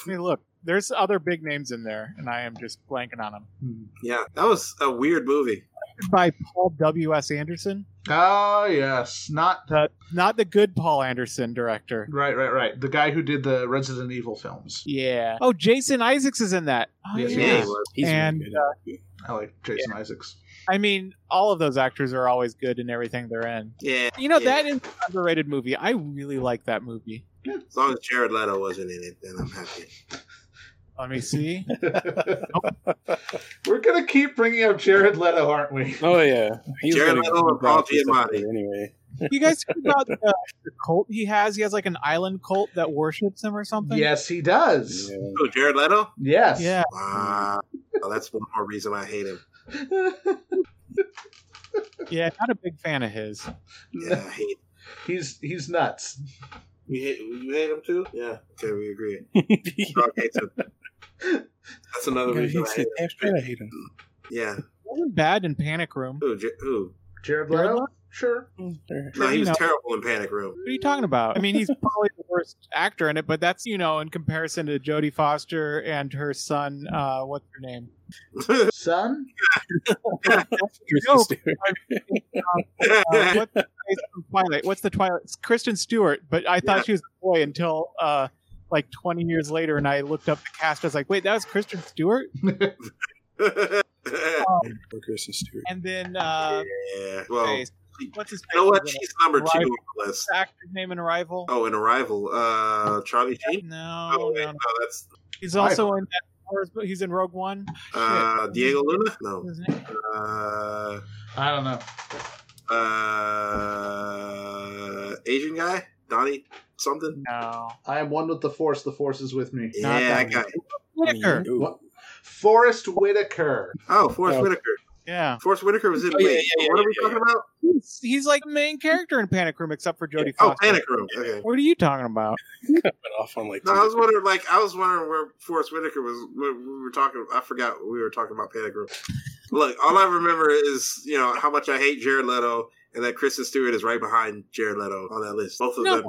Speaker 1: I mean, look, there's other big names in there, and I am just blanking on them.
Speaker 2: Hmm.
Speaker 4: Yeah, that was a weird movie.
Speaker 1: By Paul W. S. Anderson,
Speaker 2: Oh yes. Not
Speaker 1: the not the good Paul Anderson director.
Speaker 2: right. Right. Right. The guy who did the Resident Evil films.
Speaker 1: Yeah. Oh, Jason Isaacs is in that. Oh,
Speaker 2: Yes, he
Speaker 4: Yeah,
Speaker 2: is.
Speaker 5: He's
Speaker 1: And,
Speaker 5: really good.
Speaker 2: I like Jason Isaacs.
Speaker 1: I mean, all of those actors are always good in everything they're in.
Speaker 4: yeah.
Speaker 1: You know,
Speaker 4: Yeah.
Speaker 1: that is an underrated movie. I really like that movie.
Speaker 4: As long as Jared Leto wasn't in it, then I'm happy.
Speaker 1: Let me see.
Speaker 2: We're gonna keep bringing up Jared Leto, aren't we?
Speaker 5: oh yeah, he's
Speaker 4: Jared
Speaker 5: gonna
Speaker 4: Leto
Speaker 5: be
Speaker 4: and Paul
Speaker 5: brought to something
Speaker 4: Giamatti.
Speaker 5: Anyway,
Speaker 1: you guys heard about the, the cult he has? He has like an island cult that worships him or something.
Speaker 2: Yes, he does.
Speaker 5: yeah.
Speaker 4: Oh, Jared Leto?
Speaker 2: Yes.
Speaker 1: Yeah.
Speaker 4: Wow. Well, that's one more reason I hate him.
Speaker 1: Yeah. Not a big fan of his.
Speaker 4: Yeah, I hate.
Speaker 2: he's he's nuts.
Speaker 4: You hate, you hate him too? Yeah. Okay, we agree. Dog hates him. That's another
Speaker 5: He
Speaker 4: reason I
Speaker 5: hates
Speaker 4: hate
Speaker 5: it.
Speaker 4: him.
Speaker 5: That's right, I hate him.
Speaker 4: Yeah.
Speaker 1: Wasn't bad in Panic Room. What
Speaker 4: Ooh, J- ooh.
Speaker 2: Jared
Speaker 1: Jared
Speaker 2: Leto.
Speaker 1: Leto?
Speaker 2: Sure.
Speaker 5: Mm-hmm.
Speaker 4: No,
Speaker 1: You
Speaker 4: he was
Speaker 1: know.
Speaker 4: terrible in Panic Room.
Speaker 1: are you talking about? I mean, he's probably the worst actor in it, but that's you know in comparison to Jodie Foster and her son. Uh, what's her name?
Speaker 2: Son.
Speaker 5: Kristen
Speaker 1: No.
Speaker 5: Stewart.
Speaker 1: Uh, what's the face from Twilight? What's the Twilight? It's Kristen Stewart, but I thought she was a boy until uh, like 20 years later, and I looked up the cast. I was like, wait, that was Kristen Stewart.
Speaker 5: Poor Kristen Stewart.
Speaker 1: And then uh,
Speaker 4: yeah. Well, you
Speaker 1: face- what's his
Speaker 4: know what?
Speaker 1: face?
Speaker 4: She's number two
Speaker 1: Arrival.
Speaker 4: on the list.
Speaker 1: The actor's name in Arrival.
Speaker 4: Oh, in Arrival. Uh, Charlie Sheen? Oh,
Speaker 1: No,
Speaker 4: wait,
Speaker 1: no,
Speaker 4: no,
Speaker 1: no.
Speaker 4: that's
Speaker 1: He's also in that. He's in Rogue One.
Speaker 4: uh, Diego Luna? No.
Speaker 1: Isn't it?
Speaker 4: Uh,
Speaker 2: I don't know.
Speaker 4: uh, Asian guy? Donnie something?
Speaker 1: No.
Speaker 2: I am one with the Force. The Force is with me.
Speaker 1: Not
Speaker 4: Yeah, that
Speaker 1: that
Speaker 4: guy.
Speaker 1: Whitaker.
Speaker 5: Ooh.
Speaker 2: What? Forrest Whitaker.
Speaker 4: Oh, Forrest
Speaker 5: Oh.
Speaker 4: Whitaker.
Speaker 1: Yeah.
Speaker 4: Forrest Whitaker was in.
Speaker 5: Oh, yeah,
Speaker 4: wait,
Speaker 5: yeah, yeah,
Speaker 4: what are we
Speaker 5: yeah,
Speaker 4: talking about?
Speaker 1: He's, he's like the main character in Panic Room, except for Jodie
Speaker 4: Oh,
Speaker 1: Foster.
Speaker 4: Panic Room. Okay.
Speaker 1: What are you talking about?
Speaker 5: Went off on like.
Speaker 4: No, I was wondering, like, I was wondering where Forrest Whitaker was. Where we were talking. I forgot we were talking about Panic Room. Look, all I remember is you know how much I hate Jared Leto, and that Kristen Stewart is right behind Jared Leto on that list. Both of
Speaker 1: No.
Speaker 4: them.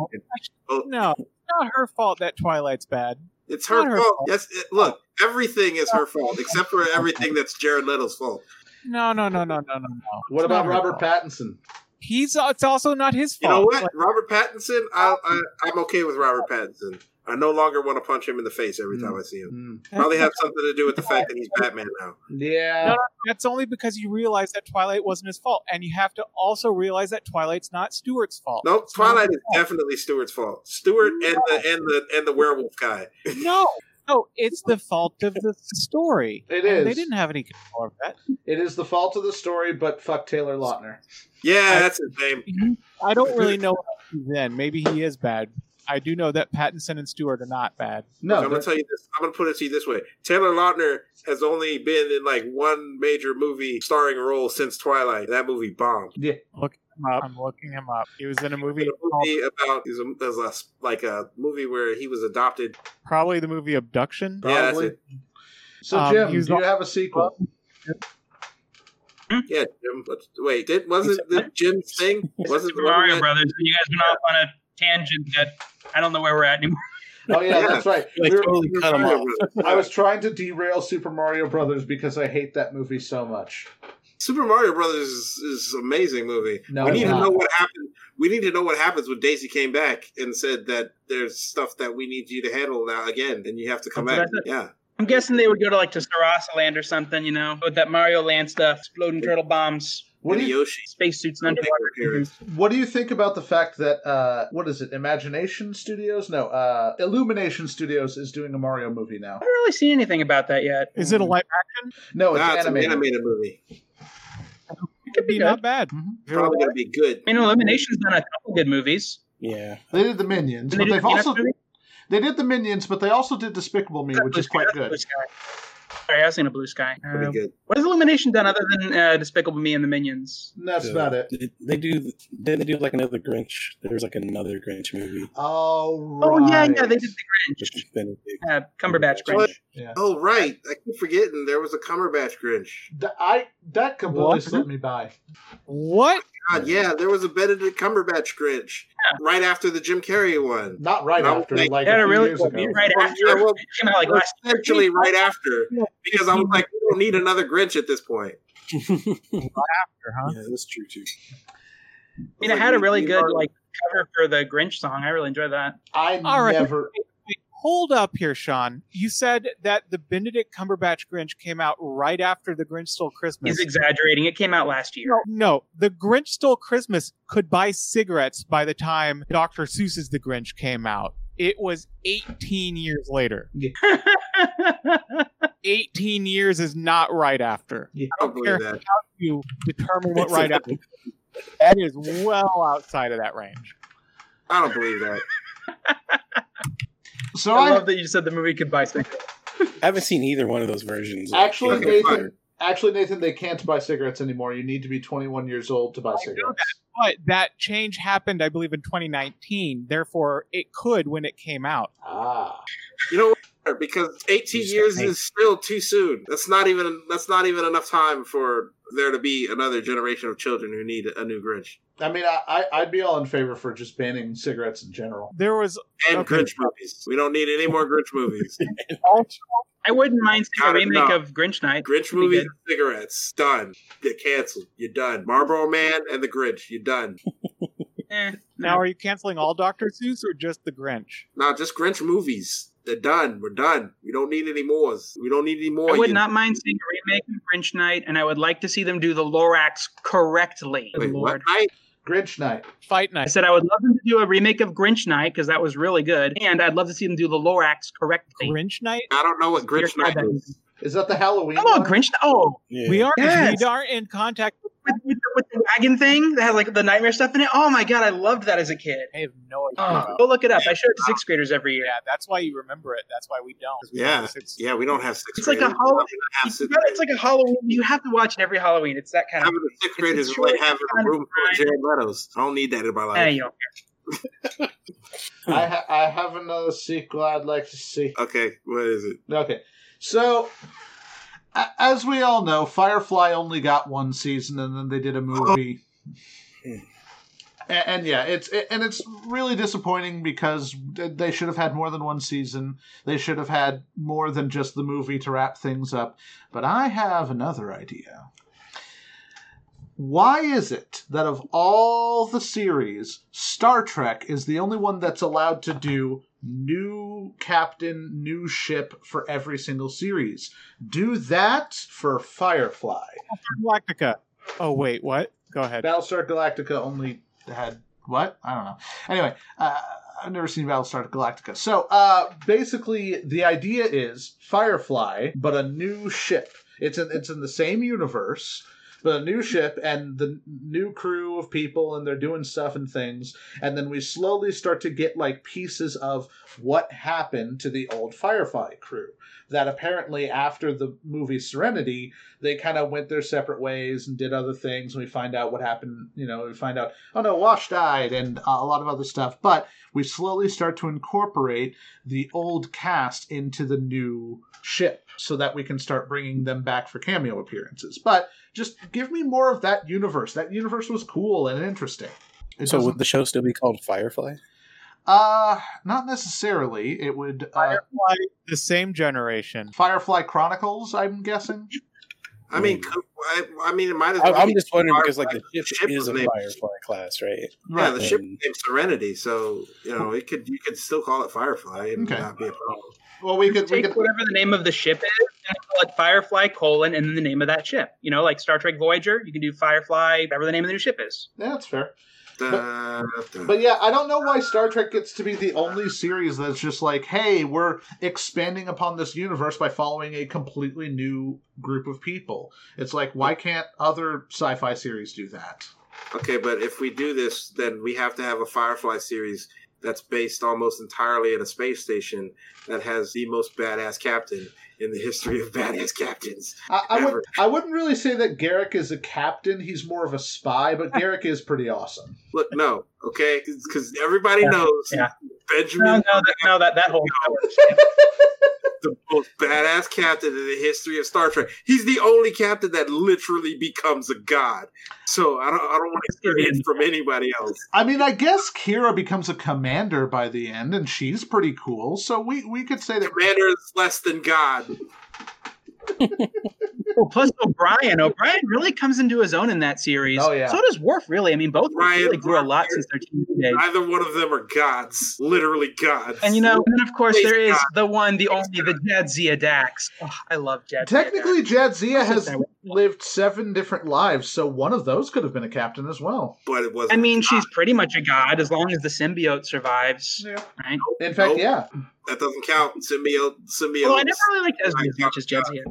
Speaker 4: Oh,
Speaker 1: No, it's not her fault that Twilight's bad.
Speaker 4: It's
Speaker 1: Not
Speaker 4: her,
Speaker 1: her
Speaker 4: fault.
Speaker 1: fault.
Speaker 4: Yes. It, look, everything is her fault, except for everything that's Jared Leto's fault.
Speaker 1: No, no, no, no, no, no, no.
Speaker 2: What
Speaker 1: It's not
Speaker 2: about
Speaker 1: her
Speaker 2: Robert
Speaker 1: fault.
Speaker 2: Pattinson?
Speaker 1: He's. uh, It's also not his
Speaker 4: You
Speaker 1: fault.
Speaker 4: know what?
Speaker 1: Oh, Like,
Speaker 4: Robert Pattinson. I, I, I'm okay with Robert Pattinson. I no longer want to punch him in the face every time I see him.
Speaker 2: Hmm.
Speaker 4: Probably has something to do with the fact that he's Batman now.
Speaker 2: Yeah.
Speaker 1: that's only because you realize that Twilight wasn't his fault, and you have to also realize that Twilight's not Stewart's fault.
Speaker 4: No,
Speaker 1: It's not
Speaker 4: Twilight
Speaker 1: his
Speaker 4: is definitely Stewart's fault. Stewart and the and the and the werewolf guy.
Speaker 1: fault. no, no, it's the fault of the story.
Speaker 2: It
Speaker 1: And They
Speaker 2: is.
Speaker 1: didn't have any control over that.
Speaker 2: It is the fault of the story, but fuck Taylor Lautner.
Speaker 4: Yeah,
Speaker 1: I-
Speaker 4: that's his name.
Speaker 1: I don't really know what he's in. Maybe he is bad. I do know that Pattinson and Stewart are not bad.
Speaker 2: No,
Speaker 4: I'm gonna tell you this. I'm gonna put it to you this way. Taylor Lautner has only been in like one major movie starring role since Twilight. That movie bombed.
Speaker 1: him up. I'm looking him up. He was in a
Speaker 4: It
Speaker 1: movie
Speaker 4: was a
Speaker 1: called
Speaker 4: movie about is a, there's a like a movie where he was adopted.
Speaker 1: probably the movie Abduction.
Speaker 4: Yeah, that's
Speaker 2: probably.
Speaker 4: it.
Speaker 2: so,
Speaker 1: Um,
Speaker 2: Jim,
Speaker 1: he was
Speaker 2: do you
Speaker 1: al-
Speaker 2: have a sequel?
Speaker 4: Yeah, Jim. but- Wait, did wasn't the Jim's thing? Wasn't
Speaker 3: Super Mario
Speaker 4: wasn't that-
Speaker 3: Brothers. You guys went off on a tangent that I don't know where we're at anymore.
Speaker 2: Oh, yeah,
Speaker 4: Yeah.
Speaker 2: that's right.
Speaker 5: Like,
Speaker 2: We were-
Speaker 5: totally cut him off.
Speaker 2: I was trying to derail Super Mario Brothers because I hate that movie so much.
Speaker 4: Super Mario Brothers is, is an amazing movie.
Speaker 2: No,
Speaker 4: we
Speaker 2: it's
Speaker 4: need to
Speaker 2: not.
Speaker 4: know what happened. We need to know what happens when Daisy came back and said that there's stuff that we need you to handle now again, and you have to come
Speaker 3: That's
Speaker 4: back.
Speaker 3: what
Speaker 4: Yeah,
Speaker 3: I'm guessing they would go to like to Sarasa Land or something, you know, with that Mario Land stuff, exploding turtle bombs,
Speaker 2: What
Speaker 4: And
Speaker 2: do you
Speaker 4: Yoshi.
Speaker 3: spacesuits, and
Speaker 4: Don't think we're
Speaker 3: underwater.
Speaker 4: here.
Speaker 2: What do you think about the fact that uh, what is it? Imagination Studios? No, uh, Illumination Studios is doing a Mario movie now.
Speaker 3: I haven't really seen anything about that yet.
Speaker 1: Is it a live
Speaker 3: Oh,
Speaker 2: No, it's
Speaker 4: Nah, it's an
Speaker 2: animated.
Speaker 4: animated movie.
Speaker 3: It
Speaker 1: It'd
Speaker 3: could
Speaker 1: be
Speaker 3: be
Speaker 1: not
Speaker 3: good.
Speaker 1: bad.
Speaker 2: Mhm.
Speaker 4: Probably going to be good.
Speaker 3: I mean, Elimination's done a couple good movies.
Speaker 5: Yeah.
Speaker 2: They did the Minions,
Speaker 3: Did
Speaker 2: but
Speaker 3: do
Speaker 2: they've
Speaker 3: the Peanuts
Speaker 2: also
Speaker 3: movie?
Speaker 2: they did the Minions, but they also did Despicable Me, which is quite
Speaker 3: That's
Speaker 2: good.
Speaker 3: Blue Sky. Sorry, I was thinking of Blue Sky.
Speaker 4: Pretty
Speaker 3: Uh,
Speaker 4: good.
Speaker 3: what has Illumination done other than uh, Despicable Me and the Minions?
Speaker 2: And That's about it.
Speaker 5: Did They do. Did they do like another Grinch? There was like another Grinch movie.
Speaker 2: Oh, right.
Speaker 3: Oh yeah, yeah, they did the
Speaker 5: Which has been a big-
Speaker 3: Grinch, uh, Cumberbatch Grinch.
Speaker 4: What? Oh right, I keep forgetting there was a Cumberbatch Grinch.
Speaker 2: Th- I that completely
Speaker 1: What?
Speaker 2: slipped me by.
Speaker 1: What?
Speaker 4: God, yeah, there was a Benedict Cumberbatch Grinch right after the Jim Carrey one.
Speaker 2: Not right
Speaker 4: No,
Speaker 2: after,
Speaker 4: they-
Speaker 2: like
Speaker 3: Yeah,
Speaker 2: a few
Speaker 3: really-
Speaker 2: years ago.
Speaker 3: Right
Speaker 4: Well,
Speaker 3: after
Speaker 4: yeah, well,
Speaker 3: it came out like last
Speaker 4: essentially right after, because I was like, we don't need another Grinch at this point.
Speaker 1: Huh?
Speaker 5: Yeah, that's true too.
Speaker 3: I mean, it had a really good like cover for the Grinch song. I really enjoyed that.
Speaker 2: I
Speaker 1: All right.
Speaker 2: never.
Speaker 1: Hold up here, Sean. You said that the Benedict Cumberbatch Grinch came out right after the Grinch Stole Christmas.
Speaker 3: He's exaggerating. It came out last year.
Speaker 1: no, no, the Grinch Stole Christmas could buy cigarettes by the time Dr. Seuss's The Grinch came out. It was 18 years later. 18 years is not right after.
Speaker 4: I don't believe that.
Speaker 1: You determine what right after. That is well outside of that range.
Speaker 4: I don't believe that.
Speaker 2: So
Speaker 3: I
Speaker 2: I,
Speaker 3: love that you said the movie could buy something.
Speaker 5: I haven't seen either one of those versions.
Speaker 2: Actually,
Speaker 5: Okay,
Speaker 4: Nathan-
Speaker 5: fine.
Speaker 2: actually, Nathan, they can't buy cigarettes anymore. You need to be 21 years old to buy cigarettes.
Speaker 1: But that change happened, I believe, in 2019. Therefore, it could when it came out.
Speaker 2: Ah,
Speaker 4: You know what? Because 18
Speaker 5: You said
Speaker 4: years
Speaker 5: eight.
Speaker 4: is still too soon. That's not even that's not even enough time for there to be another generation of children who need a new Grinch
Speaker 2: I mean, I, I I'd be all in favor for just banning cigarettes in general.
Speaker 1: There was
Speaker 4: and
Speaker 1: Okay.
Speaker 4: Grinch movies. We don't need any more Grinch movies.
Speaker 3: I wouldn't mind seeing a
Speaker 4: Not
Speaker 3: remake
Speaker 4: enough.
Speaker 3: of Grinch Night.
Speaker 4: Grinch
Speaker 3: Pretty
Speaker 4: movies
Speaker 3: good.
Speaker 4: and cigarettes done. Get canceled. You're done. Marlboro Man and the Grinch. You're done.
Speaker 3: Eh,
Speaker 1: now.
Speaker 3: no.
Speaker 1: Are you canceling all Dr. Seuss or just the Grinch?
Speaker 4: Now just Grinch movies. They're done. We're done. We don't need any more. We don't need any more.
Speaker 3: I would
Speaker 4: You-
Speaker 3: not mind seeing a remake of Grinch Night, and I would like to see them do the Lorax correctly. Good
Speaker 4: Wait, what?
Speaker 3: Lord.
Speaker 4: I,
Speaker 2: Grinch night.
Speaker 1: Fight
Speaker 3: I
Speaker 1: Night.
Speaker 3: said I would love them to do a remake of Grinch Night because that was really good, and I'd love to see them do the Lorax correctly.
Speaker 1: Grinch Night?
Speaker 4: I don't know what Grinch
Speaker 3: You're
Speaker 4: Night
Speaker 3: kidding.
Speaker 4: is.
Speaker 2: Is that the Halloween?
Speaker 3: Come on,
Speaker 2: one?
Speaker 3: Grinch! Oh,
Speaker 5: Yeah.
Speaker 1: We aren't
Speaker 3: Yes.
Speaker 1: we aren't in contact with
Speaker 3: with, with, the- with the wagon thing that had like the nightmare stuff in it. Oh my god, I loved that as a kid.
Speaker 1: I have no idea.
Speaker 3: Oh, go look it up. I show it to sixth graders every year.
Speaker 1: Yeah, that's why you remember it. That's why we don't. 'cause we
Speaker 4: Yeah.
Speaker 1: know it's-
Speaker 4: Yeah, we don't have sixth
Speaker 3: It's like a
Speaker 4: graders.
Speaker 3: hol-
Speaker 4: Having a half-
Speaker 3: You gotta- It's like a Halloween. You have to watch it every Halloween. It's that kind of.
Speaker 4: having a sixth
Speaker 3: a
Speaker 4: graders is
Speaker 3: short
Speaker 4: like having a
Speaker 3: kind of
Speaker 4: room full of Jared Leto's. I don't need that in my life.
Speaker 3: Hey, you know,
Speaker 2: I ha- I have another sequel I'd like to see.
Speaker 4: Okay, what is it?
Speaker 2: Okay, so. a- As we all know, Firefly only got one season, and then they did a movie.
Speaker 5: Hmm.
Speaker 2: A- And, yeah, it's it, and it's really disappointing because they should have had more than one season. They should have had more than just the movie to wrap things up. But I have another idea. Why is it that of all the series, Star Trek is the only one that's allowed to do new captain, new ship for every single series? Do that for Firefly.
Speaker 1: Galactica. Oh wait, what? Go ahead.
Speaker 2: Battlestar Galactica only had what? I don't know. Anyway, uh, I've never seen Battlestar Galactica. So uh, basically, the idea is Firefly, but a new ship. It's in it's in the same universe, but a new ship and the new crew of people, and they're doing stuff and things. And then we slowly start to get like pieces of what happened to the old Firefly crew. That apparently after the movie Serenity, they kind of went their separate ways and did other things. And we find out what happened. You know, we find out, oh no, Wash died and uh, a lot of other stuff. But we slowly start to incorporate the old cast into the new ship so that we can start bringing them back for cameo appearances. But just give me more of that universe. That universe was cool and interesting. It
Speaker 5: so
Speaker 2: doesn't-
Speaker 5: would the show still be called Firefly?
Speaker 2: uh, not necessarily. It would uh,
Speaker 1: Firefly, the same generation.
Speaker 2: Firefly Chronicles. I'm guessing.
Speaker 4: I mean,
Speaker 5: Mm.
Speaker 4: co- I, I mean, it might as
Speaker 5: I,
Speaker 4: well.
Speaker 5: I'm
Speaker 4: be
Speaker 5: just wondering because
Speaker 4: Firefly.
Speaker 5: like the ship,
Speaker 4: ship
Speaker 5: is
Speaker 4: was
Speaker 5: a
Speaker 4: named-
Speaker 5: Firefly class, right?
Speaker 4: yeah, the
Speaker 5: Right.
Speaker 4: ship named Serenity, so you know it could you could still call it Firefly and
Speaker 2: Okay.
Speaker 4: not be a problem.
Speaker 2: Well, we could. We
Speaker 3: take
Speaker 2: could.
Speaker 3: whatever the name of the ship is and call it Firefly colon and then the name of that ship. You know, like Star Trek Voyager, you can do Firefly, whatever the name of the new ship is.
Speaker 2: Yeah, that's fair.
Speaker 4: Uh,
Speaker 2: But yeah, I don't know why Star Trek gets to be the only series that's just like, hey, we're expanding upon this universe by following a completely new group of people. It's like, why can't other sci fi series do that?
Speaker 4: okay, but if we do this, then we have to have a Firefly series that's based almost entirely in a space station that has the most badass captain in the history of badass captains.
Speaker 2: I, I
Speaker 4: Ever.
Speaker 2: would I wouldn't really say that Garrick is a captain. He's more of a spy, but Garrick is pretty awesome.
Speaker 4: Look, no, okay, because everybody
Speaker 3: Yeah,
Speaker 4: knows
Speaker 3: yeah. Um,
Speaker 4: Benjamin
Speaker 3: No, no, that, no, that that whole
Speaker 4: the most badass captain in the history of Star Trek. He's the only captain that literally becomes a god. So I don't, I don't want to hear it from anybody else.
Speaker 2: I mean, I guess Kira becomes a commander by the end, and she's pretty cool. So we we could say that.
Speaker 4: Commander is less than god.
Speaker 3: Well, plus O'Brien. O'Brien really comes into his own in that series.
Speaker 2: Oh, yeah.
Speaker 3: So does Worf. Really, I mean, both
Speaker 4: Ryan
Speaker 3: really grew a
Speaker 4: Worf,
Speaker 3: lot since their teenage days.
Speaker 4: Neither one of them are gods, literally gods.
Speaker 3: And you know, and then of course
Speaker 4: Please
Speaker 3: there is
Speaker 4: God.
Speaker 3: the one, the only, the Jad Zia Dax. Oh, I love Jad. Zia
Speaker 2: Technically, Jadzia has
Speaker 3: Dax.
Speaker 2: lived seven different lives, so one of those could have been a captain as well.
Speaker 4: but it
Speaker 3: I
Speaker 4: wasn't.
Speaker 3: mean, she's pretty much a god as long as the symbiote survives,
Speaker 2: Yeah.
Speaker 3: right?
Speaker 2: In fact,
Speaker 4: Nope.
Speaker 2: yeah.
Speaker 4: that doesn't count. Symbiote, symbiote.
Speaker 3: Although Oh, I never really liked Esme as much as Jad Zia.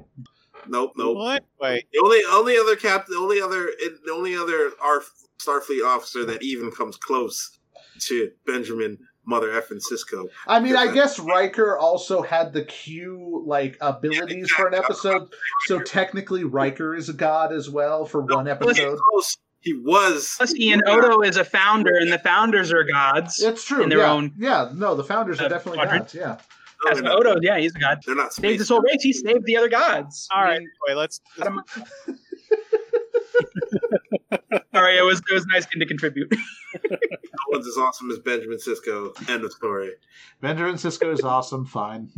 Speaker 4: Nope, nope.
Speaker 1: Well, anyway,
Speaker 4: The only only other cap, the only other the only other our Starfleet officer that even comes close to Benjamin Mother F and Cisco.
Speaker 2: I mean, I guess Riker also had the Q like abilities for an episode, so technically Riker is a god as well for one episode.
Speaker 4: Close, he was.
Speaker 3: Plus, Ian Odo is a founder, and the founders are gods.
Speaker 2: It's true.
Speaker 3: In their
Speaker 2: yeah.
Speaker 3: own,
Speaker 2: Yeah, no, the founders are
Speaker 3: uh,
Speaker 2: definitely
Speaker 3: quadrant.
Speaker 2: gods. Yeah.
Speaker 4: No,
Speaker 3: As
Speaker 4: they're not.
Speaker 3: Odo, yeah, he's a god.
Speaker 4: They're not
Speaker 3: Saved
Speaker 4: space.
Speaker 3: this whole race. He saved the other gods.
Speaker 1: all right. Anyway, let's.
Speaker 3: I don't- All right, it was it was nice getting to contribute.
Speaker 4: No one's as awesome as Benjamin Cisco. End of story.
Speaker 2: Benjamin Cisco is awesome. Fine.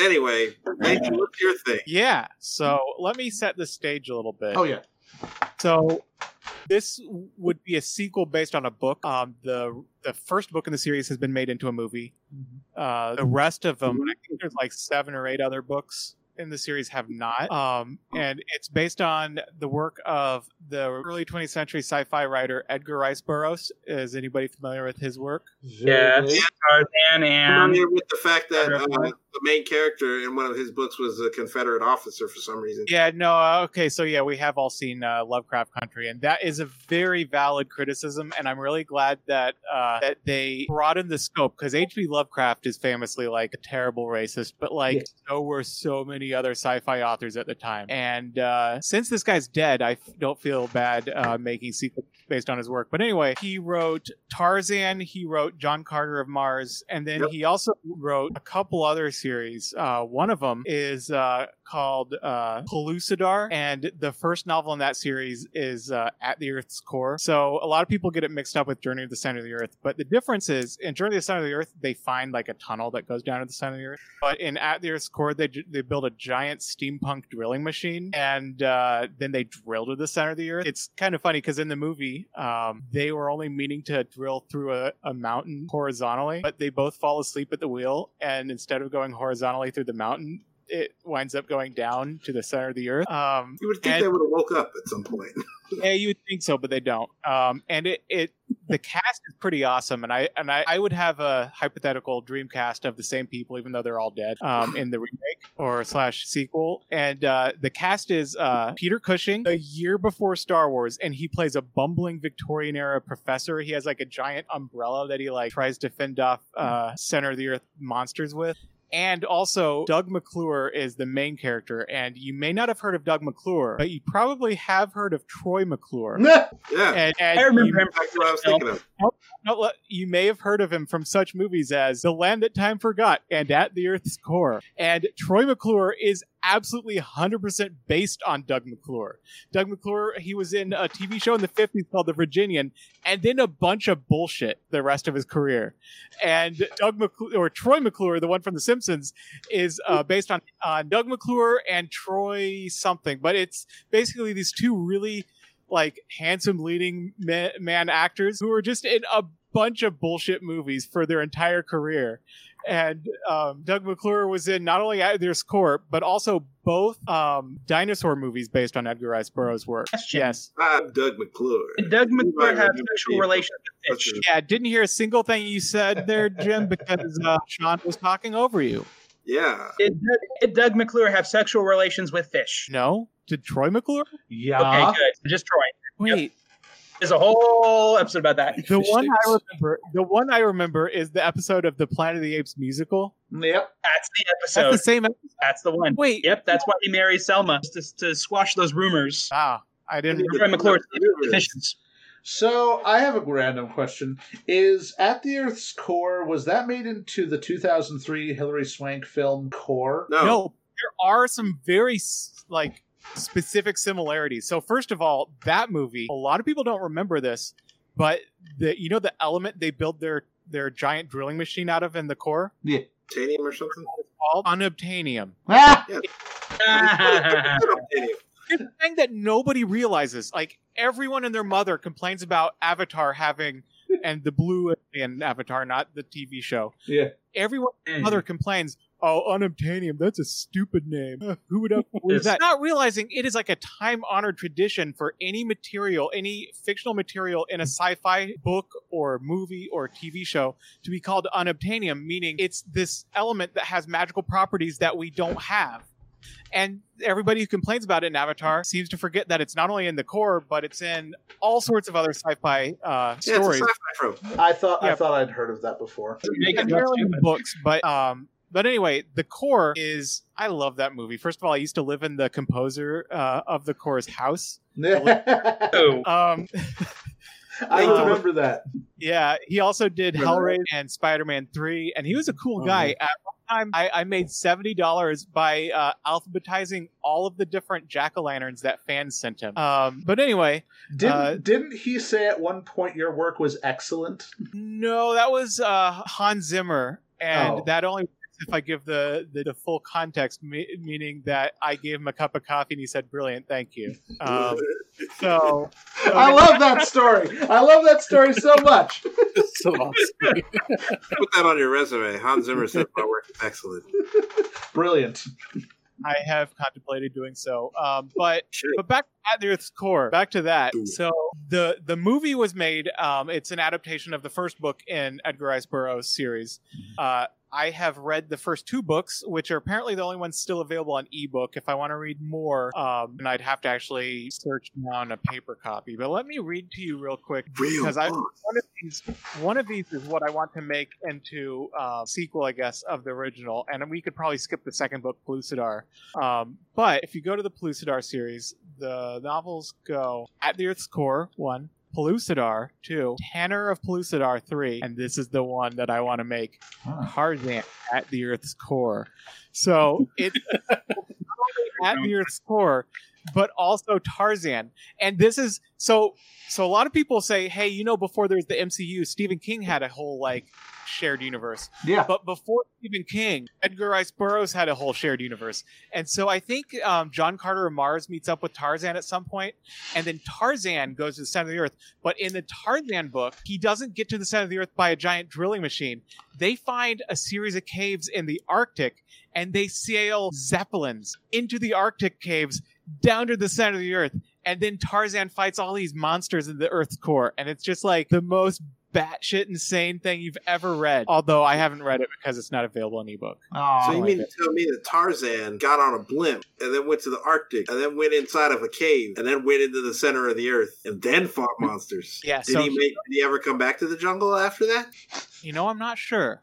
Speaker 4: Anyway, Nathan, what's your thing?
Speaker 1: Yeah. So let me set the stage a little bit.
Speaker 2: Oh yeah.
Speaker 1: So this would be a sequel based on a book. Um, the the first book in the series has been made into a movie. Uh, the rest of them, I think there's like seven or eight other books in the series have not. Um, and it's based on the work of the early 20th century sci-fi writer Edgar Rice Burroughs. Is anybody familiar with his work?
Speaker 2: Vaguely.
Speaker 3: Tarzan and
Speaker 4: Familiar with the fact that uh,
Speaker 3: Butterfly.
Speaker 4: the main character in one of his books was a Confederate officer for some reason.
Speaker 1: Yeah, no, uh, okay, so yeah, we have all seen uh, Lovecraft Country, and that is a very valid criticism, and I'm really glad that uh, that they broadened the scope because H.P. Lovecraft is famously like a terrible racist, but like
Speaker 2: Yeah.
Speaker 1: so were so many other sci-fi authors at the time. And uh, since this guy's dead, I f- don't feel bad uh, making sequels based on his work. But anyway, he wrote Tarzan, he wrote John Carter of Mars, and then
Speaker 4: Yep.
Speaker 1: he also wrote a couple other series. Uh, one of them is uh, called uh, Pellucidar, and the first novel in that series is uh, At the Earth's Core. So a lot of people get it mixed up with Journey to the Center of the Earth, but the difference is in Journey to the Center of the Earth, they find like a tunnel that goes down to the center of the Earth. But in At the Earth's Core, they, they build a giant steampunk drilling machine and uh, then they drill to the center of the Earth. It's kind of funny because in the movie, um, they were only meaning to drill through a, a mountain horizontally, but they both fall asleep at the wheel. And instead of going horizontally through the mountain, it winds up going down to the center of the Earth. Um,
Speaker 4: You would think
Speaker 1: And-
Speaker 4: they would have woke up at some point.
Speaker 1: yeah, you would think so, but they don't. Um, and it, it the cast is pretty awesome, and I and I, I would have a hypothetical dream cast of the same people, even though they're all dead, um, in the remake or slash sequel. And uh, the cast is uh, Peter Cushing, a year before Star Wars, and he plays a bumbling Victorian era professor. He has like a giant umbrella that he like tries to fend off uh, center of the earth monsters with. And also, Doug McClure is the main character, and you may not have heard of Doug McClure, but you probably have heard of Troy McClure.
Speaker 4: Yeah,
Speaker 1: And, and
Speaker 3: I remember
Speaker 1: you,
Speaker 3: him.
Speaker 4: that's what I was thinking of.
Speaker 1: no, le- you may have heard of him from such movies as The Land That Time Forgot and At the Earth's Core. And Troy McClure is absolutely 100% based on Doug McClure. Doug McClure, he was in a TV show in the 50s called The Virginian, and then a bunch of bullshit the rest of his career. And Doug McClure, or Troy McClure, the one from The Simpsons, is uh, based on, on Doug McClure and Troy something. But it's basically these two really like handsome leading ma- man actors who were just in a bunch of bullshit movies for their entire career. And um, Doug McClure was in not only At Their Score, but also both um, dinosaur movies based on Edgar Rice Burroughs' work.
Speaker 3: Question.
Speaker 1: Yes.
Speaker 4: I'm Doug McClure.
Speaker 3: Did Doug
Speaker 4: might
Speaker 3: McClure have
Speaker 4: remember
Speaker 3: sexual
Speaker 4: being-
Speaker 3: relations with fish?
Speaker 1: Yeah, I didn't hear a single thing you said there, Jim, because uh, Sean was talking over you.
Speaker 4: Yeah,
Speaker 3: Did Doug, did Doug McClure have sexual relations with fish?
Speaker 1: No? Did Troy McClure?
Speaker 2: Yeah.
Speaker 3: Okay, good. So just Troy.
Speaker 1: Wait.
Speaker 3: There's a whole episode about that.
Speaker 1: The
Speaker 5: Fish
Speaker 1: one I
Speaker 5: sticks.
Speaker 1: remember, the one I remember is the episode of the Planet of the Apes musical.
Speaker 2: Yep.
Speaker 3: That's the
Speaker 1: That's
Speaker 3: episode.
Speaker 1: the same. ep-
Speaker 3: That's the one.
Speaker 1: Wait,
Speaker 3: Yep, that's why he marries Selma just to, to squash those rumors.
Speaker 1: wow, Ah, I didn't. remember.
Speaker 3: Troy McClure's
Speaker 1: Uh,
Speaker 4: Rumors.
Speaker 3: deficiencies.
Speaker 2: So I have a random question: Is at the Earth's core was that made into the 2003 Hillary Swank film Core?
Speaker 4: No,
Speaker 1: No, there are some very s- like specific similarities. So first of all, that movie, a lot of people don't remember this, but the you know the element they build their their giant drilling machine out of in the core
Speaker 4: titanium or something.
Speaker 1: called unobtainium.
Speaker 2: Ah!
Speaker 4: Titanium.
Speaker 1: It's a thing that nobody realizes. Like everyone and their mother complains about Avatar having and the blue and Avatar, not the TV show.
Speaker 2: Yeah.
Speaker 1: Everyone
Speaker 3: Mm.
Speaker 1: mother complains, "Oh, unobtainium, that's a stupid name. Uh, Who would have
Speaker 3: Yes.
Speaker 1: that?" Not realizing it is like a time-honored tradition for any material, any fictional material
Speaker 4: Mm.
Speaker 1: in a sci-fi book or movie or TV show to be called unobtainium, meaning it's this element that has magical properties that we don't have. And everybody who complains about it in Avatar seems to forget that it's not only in the core, but it's in all sorts of other sci-fi uh,
Speaker 4: Yeah, it's a
Speaker 1: stories
Speaker 4: sci-fi trope.
Speaker 2: I thought I
Speaker 1: Yeah.
Speaker 2: thought I'd heard of that before.
Speaker 3: Make it look
Speaker 1: primarily in
Speaker 3: stupid.
Speaker 1: books, but um, but anyway, the core is. I love that movie. First of all, I used to live in the composer uh, of the core's house.
Speaker 2: I
Speaker 3: Oh,
Speaker 1: Um,
Speaker 2: remember that.
Speaker 1: yeah, he also did
Speaker 2: Remember
Speaker 1: Hellraiser and Spider-Man Three, and he was a cool
Speaker 5: Oh,
Speaker 1: guy.
Speaker 5: yeah.
Speaker 1: At one time, I, I made seventy dollars by uh, alphabetizing all of the different jack o' lanterns that fans sent him. Um, but anyway,
Speaker 2: Didn't
Speaker 1: Uh,
Speaker 2: didn't he say at one point your work was excellent?
Speaker 1: no, that was uh, Hans Zimmer, and
Speaker 2: Oh.
Speaker 1: that only. works If I give the, the, the full context, me- meaning that I gave him a cup of coffee and he said, "Brilliant, thank you." Um, so
Speaker 2: I love that story. I love that story so much.
Speaker 5: It's so awesome.
Speaker 4: Put that on your resume. Hans Zimmer said my work is excellent.
Speaker 2: Brilliant.
Speaker 1: I have contemplated doing so. Um, but
Speaker 4: Shit.
Speaker 1: but back at the Earth's core, back to that.
Speaker 4: Ooh.
Speaker 1: So the the movie was made. Um, it's an adaptation of the first book in Edgar Rice Burroughs' series. Uh, I have read the first two books, which are apparently the only ones still available on ebook. If I want to read more, um, and I'd have to actually search down a paper copy. But let me read to you real quick
Speaker 4: Real
Speaker 1: because I,
Speaker 4: book.
Speaker 1: one of these one of these is what I want to make into uh, sequel, I guess, of the original, and we could probably skip the second book, Pellucidar. Um, but if you go to the Pellucidar series, the novels go At the Earth's Core one, Pellucidar two, Tanner of Pellucidar three, and this is the one that I want to make, Tarzan at the Earth's Core. So it's not only at the Earth's Core, but also Tarzan. And this is so so a lot of people say, hey, you know, before there's the MCU, Stephen King had a whole like shared universe.
Speaker 2: Yeah.
Speaker 1: But before Stephen King, Edgar Rice Burroughs had a whole shared universe. And so I think um, John Carter of Mars meets up with Tarzan at some point, and then Tarzan goes to the center of the earth. But in the Tarzan book, he doesn't get to the center of the earth by a giant drilling machine. They find a series of caves in the Arctic, and they sail zeppelins into the Arctic caves down to the center of the earth. And then Tarzan fights all these monsters in the Earth's core, and it's just like the most batshit insane thing you've ever read. Although I haven't read it because it's not available in ebook.
Speaker 3: Oh.
Speaker 4: So you
Speaker 1: like
Speaker 4: mean
Speaker 1: it.
Speaker 4: to tell me that Tarzan got on a blimp and then went to the Arctic and then went inside of a cave and then went into the center of the earth and then fought monsters?
Speaker 1: Yeah,
Speaker 4: Did
Speaker 1: so
Speaker 4: he make? Did he ever come back to the jungle after that?
Speaker 1: you know, I'm not sure.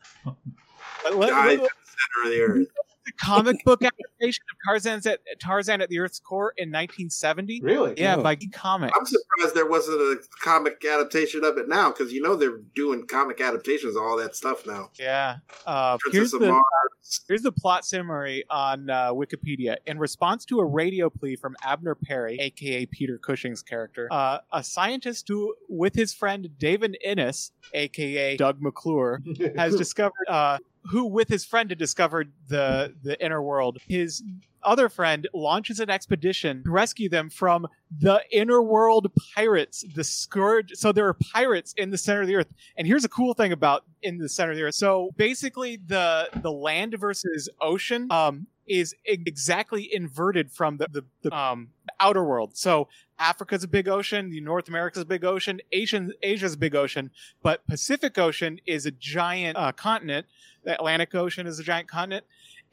Speaker 1: But let,
Speaker 4: Guys.
Speaker 1: let- let
Speaker 4: Center of the earth.
Speaker 1: the comic book adaptation of Tarzan's at Tarzan at the Earth's core in 1970.
Speaker 2: Really?
Speaker 1: Yeah,
Speaker 5: Oh.
Speaker 1: by Comics.
Speaker 4: I'm surprised there wasn't a comic adaptation of it now because you know they're doing comic adaptations of all that stuff now.
Speaker 1: Yeah. Uh, here's
Speaker 4: Princess of
Speaker 1: the-
Speaker 4: Mars.
Speaker 1: Here's the plot summary on uh, Wikipedia. In response to a radio plea from Abner Perry, aka Peter Cushing's character, uh, a scientist who, with his friend David Innes, aka Doug McClure, has discovered uh, who with his friend had discovered the the inner world his other friend launches an expedition to rescue them from the inner world pirates the scourge so there are pirates in the center of the earth and here's a cool thing about in the center of the earth so basically the the land versus ocean um is exactly inverted from the, the, the um outer world so africa's a big ocean the north america's a big ocean asian asia's a big ocean but Pacific Ocean is a giant uh, continent. The Atlantic Ocean is a giant continent,